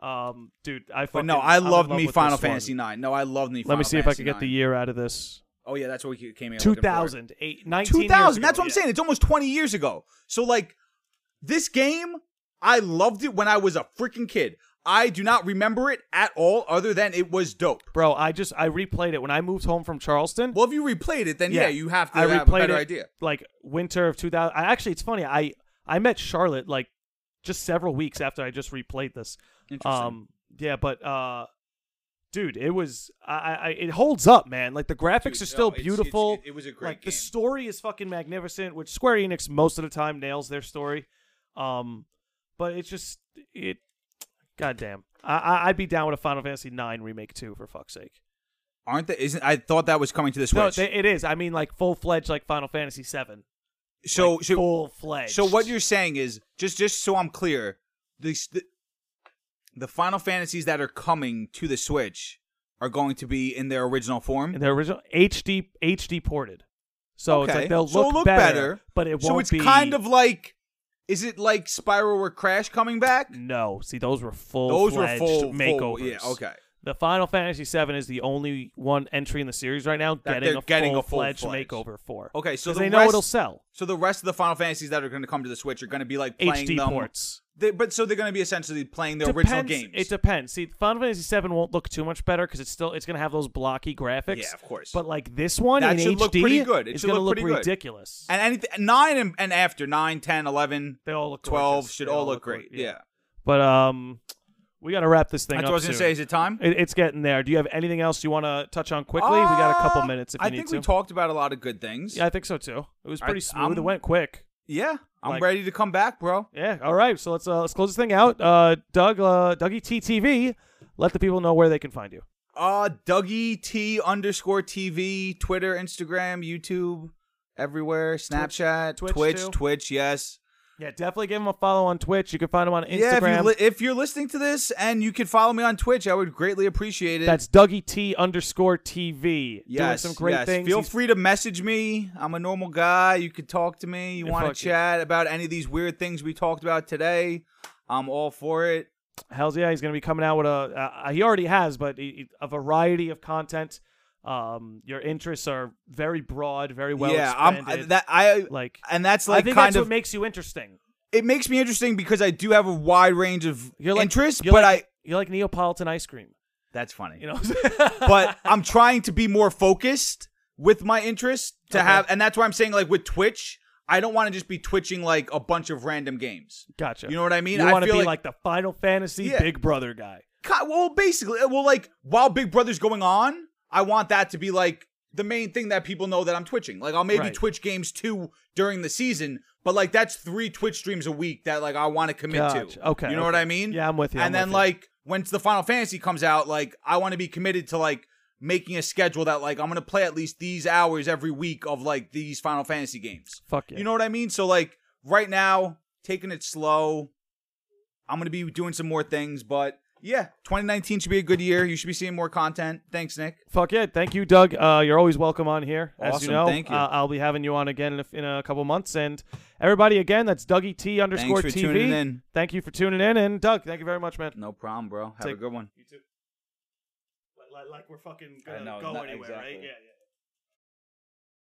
Speaker 2: Um, dude, I
Speaker 1: But
Speaker 2: fucking,
Speaker 1: no, I
Speaker 2: I'm in
Speaker 1: loved
Speaker 2: love
Speaker 1: me
Speaker 2: with
Speaker 1: Final
Speaker 2: this one.
Speaker 1: Fantasy nine. No, I loved me.
Speaker 2: Let me see if I can get the year out of this.
Speaker 1: Oh yeah, that's what we came in.
Speaker 2: 2008, 19
Speaker 1: Two
Speaker 2: years
Speaker 1: thousand.
Speaker 2: ago,
Speaker 1: That's what I'm
Speaker 2: yeah.
Speaker 1: saying. It's almost twenty years ago. So like, this game, I loved it when I was a freaking kid. I do not remember it at all, other than it was dope.
Speaker 2: Bro, I just I replayed it when I moved home from Charleston.
Speaker 1: Well, if you replayed it, then yeah, you have to
Speaker 2: I
Speaker 1: have a
Speaker 2: replayed
Speaker 1: better
Speaker 2: it,
Speaker 1: idea.
Speaker 2: Like winter of 2000. I, actually, it's funny. I I met Charlotte like just several weeks after I just replayed this.
Speaker 1: Interesting.
Speaker 2: Um, yeah, but uh, dude, it was I, I I- it holds up, man. Like the graphics
Speaker 1: Dude,
Speaker 2: are still
Speaker 1: no, it's- it's-
Speaker 2: beautiful.
Speaker 1: it was a great
Speaker 2: Like the
Speaker 1: game.
Speaker 2: story is fucking magnificent, which Square Enix most of the time nails their story. Um, but it's just it. Goddamn, I, I I'd be down with a Final Fantasy IX remake too, for fuck's sake.
Speaker 1: Aren't they? Isn't I thought that was coming to the Switch.
Speaker 2: No, they, it is. I mean, like full fledged, like Final Fantasy VII.
Speaker 1: so so
Speaker 2: full fledged.
Speaker 1: So what you're saying is just just so I'm clear, the, the the Final Fantasies that are coming to the Switch are going to be in their original form.
Speaker 2: in their original HD HD ported. So it's like
Speaker 1: Okay.
Speaker 2: they'll look,
Speaker 1: So it'll look better.
Speaker 2: but it won't
Speaker 1: So it's
Speaker 2: be
Speaker 1: kind of like, is it like Spiral or Crash coming back?
Speaker 2: no. See, those were full.
Speaker 1: Those were full full-
Speaker 2: makeovers.
Speaker 1: Yeah, okay.
Speaker 2: The Final Fantasy VII is the only one entry in the series right now
Speaker 1: That
Speaker 2: getting
Speaker 1: they're
Speaker 2: a
Speaker 1: getting
Speaker 2: full
Speaker 1: a
Speaker 2: fledged
Speaker 1: full-fledged.
Speaker 2: makeover for.
Speaker 1: Okay, so
Speaker 2: 'Cause
Speaker 1: the
Speaker 2: they know
Speaker 1: rest-
Speaker 2: it'll sell
Speaker 1: So the rest of the Final Fantasies that are going to come to the Switch are going to be like playing
Speaker 2: HD
Speaker 1: them,
Speaker 2: ports.
Speaker 1: They, but so they're going to be essentially playing their original
Speaker 2: Depends-
Speaker 1: games.
Speaker 2: It depends. See, Final Fantasy VII won't look too much better because it's still it's gonna have those blocky graphics.
Speaker 1: Yeah, of course.
Speaker 2: But like this one
Speaker 1: That
Speaker 2: in
Speaker 1: should
Speaker 2: HD,
Speaker 1: look pretty good. It
Speaker 2: it's
Speaker 1: should
Speaker 2: gonna
Speaker 1: look
Speaker 2: look
Speaker 1: pretty good.
Speaker 2: ridiculous.
Speaker 1: and anything nine and, and after 9, 10, 11,
Speaker 2: They all look
Speaker 1: 12
Speaker 2: gorgeous.
Speaker 1: should
Speaker 2: They
Speaker 1: all look
Speaker 2: gor-
Speaker 1: great. Yeah,
Speaker 2: But um, we got to wrap this thing
Speaker 1: that's
Speaker 2: up.
Speaker 1: what I was going to
Speaker 2: soon.
Speaker 1: say. Is it time?
Speaker 2: It- it's getting there. Do you have anything else you want to touch on quickly? we got a couple
Speaker 1: Uh,
Speaker 2: minutes if you
Speaker 1: I
Speaker 2: need
Speaker 1: think
Speaker 2: to.
Speaker 1: we talked about a lot of good things.
Speaker 2: yeah, I think so too. It was
Speaker 1: I-
Speaker 2: pretty smooth. it
Speaker 1: I'm-
Speaker 2: went quick.
Speaker 1: Yeah, I'm
Speaker 2: Like-
Speaker 1: ready to come back, bro.
Speaker 2: Yeah. All right. So let's uh, let's close this thing out. Uh, Doug, uh, Dougie TTV, let the people know where they can find you.
Speaker 1: Uh, Dougie T underscore TV, Twitter, Instagram, YouTube, everywhere, Snapchat,
Speaker 2: Twitch
Speaker 1: Twitch, Twitch,
Speaker 2: too?
Speaker 1: yes.
Speaker 2: Yeah, definitely give him a follow on Twitch. You can find him on Instagram.
Speaker 1: Yeah, if, you li- if you're listening to this and you could follow me on Twitch, I would greatly appreciate it.
Speaker 2: That's Dougie T underscore TV.
Speaker 1: yes,
Speaker 2: Doing some great
Speaker 1: yes.
Speaker 2: things.
Speaker 1: Feel
Speaker 2: He's-
Speaker 1: free to message me. I'm a normal guy. You could talk to me. You
Speaker 2: Yeah,
Speaker 1: want
Speaker 2: fuck
Speaker 1: to
Speaker 2: it.
Speaker 1: chat about any of these weird things we talked about today? I'm all for it.
Speaker 2: Hell's yeah, he's going to be coming out with a. Uh, he already has, but he, he- a variety of content. Um, your interests are very broad, very well
Speaker 1: yeah,
Speaker 2: expanded.
Speaker 1: I'm that I
Speaker 2: like,
Speaker 1: and that's
Speaker 2: I
Speaker 1: like
Speaker 2: think
Speaker 1: kind
Speaker 2: that's
Speaker 1: of
Speaker 2: what makes you interesting.
Speaker 1: it makes me interesting because I do have a wide range of
Speaker 2: You're like
Speaker 1: interests,
Speaker 2: you're
Speaker 1: but
Speaker 2: like-
Speaker 1: I
Speaker 2: you're like Neapolitan ice cream.
Speaker 1: that's funny.
Speaker 2: You know,
Speaker 1: but I'm trying to be more focused with my interests to
Speaker 2: Okay.
Speaker 1: have, and that's why I'm saying like with Twitch, I don't want to just be twitching like a bunch of random games.
Speaker 2: gotcha.
Speaker 1: You know what I mean?
Speaker 2: You
Speaker 1: I
Speaker 2: want to
Speaker 1: feel
Speaker 2: be
Speaker 1: like-
Speaker 2: like, the Final Fantasy
Speaker 1: Yeah.
Speaker 2: Big Brother guy.
Speaker 1: Ki- Well, basically, uh, well, like while Big Brother's going on, I want that to be like the main thing that people know that I'm twitching. Like I'll maybe
Speaker 2: Right.
Speaker 1: Twitch games too during the season, but like that's three Twitch streams a week that like I want to commit
Speaker 2: Gotcha.
Speaker 1: to.
Speaker 2: Okay,
Speaker 1: you know
Speaker 2: okay.
Speaker 1: what I mean?
Speaker 2: Yeah, I'm with you,
Speaker 1: And
Speaker 2: I'm
Speaker 1: then
Speaker 2: with you.
Speaker 1: like once the Final Fantasy comes out, like I want to be committed to like making a schedule that like I'm gonna play at least these hours every week of like these Final Fantasy games.
Speaker 2: Fuck yeah.
Speaker 1: You know what I mean? So like right now, taking it slow. I'm gonna be doing some more things, but yeah, 2019 should be a good year. You should be seeing more content. Thanks, Nick.
Speaker 2: Fuck yeah! Thank you, Doug. Uh, you're always welcome on here. As you
Speaker 1: Awesome,
Speaker 2: know,
Speaker 1: thank you.
Speaker 2: Uh, I'll be having you on again in a, in a couple months. And everybody, again, that's Dougie T underscore
Speaker 1: Thanks for
Speaker 2: TV.
Speaker 1: tuning in.
Speaker 2: Thank you for tuning in, and Doug, thank you very much, man.
Speaker 1: No problem, bro. Have
Speaker 2: Take-
Speaker 1: a good one.
Speaker 4: You too. Like, like we're fucking
Speaker 1: I
Speaker 4: gonna
Speaker 1: know,
Speaker 4: go
Speaker 1: not
Speaker 4: anywhere,
Speaker 1: exactly.
Speaker 4: right? Yeah, yeah.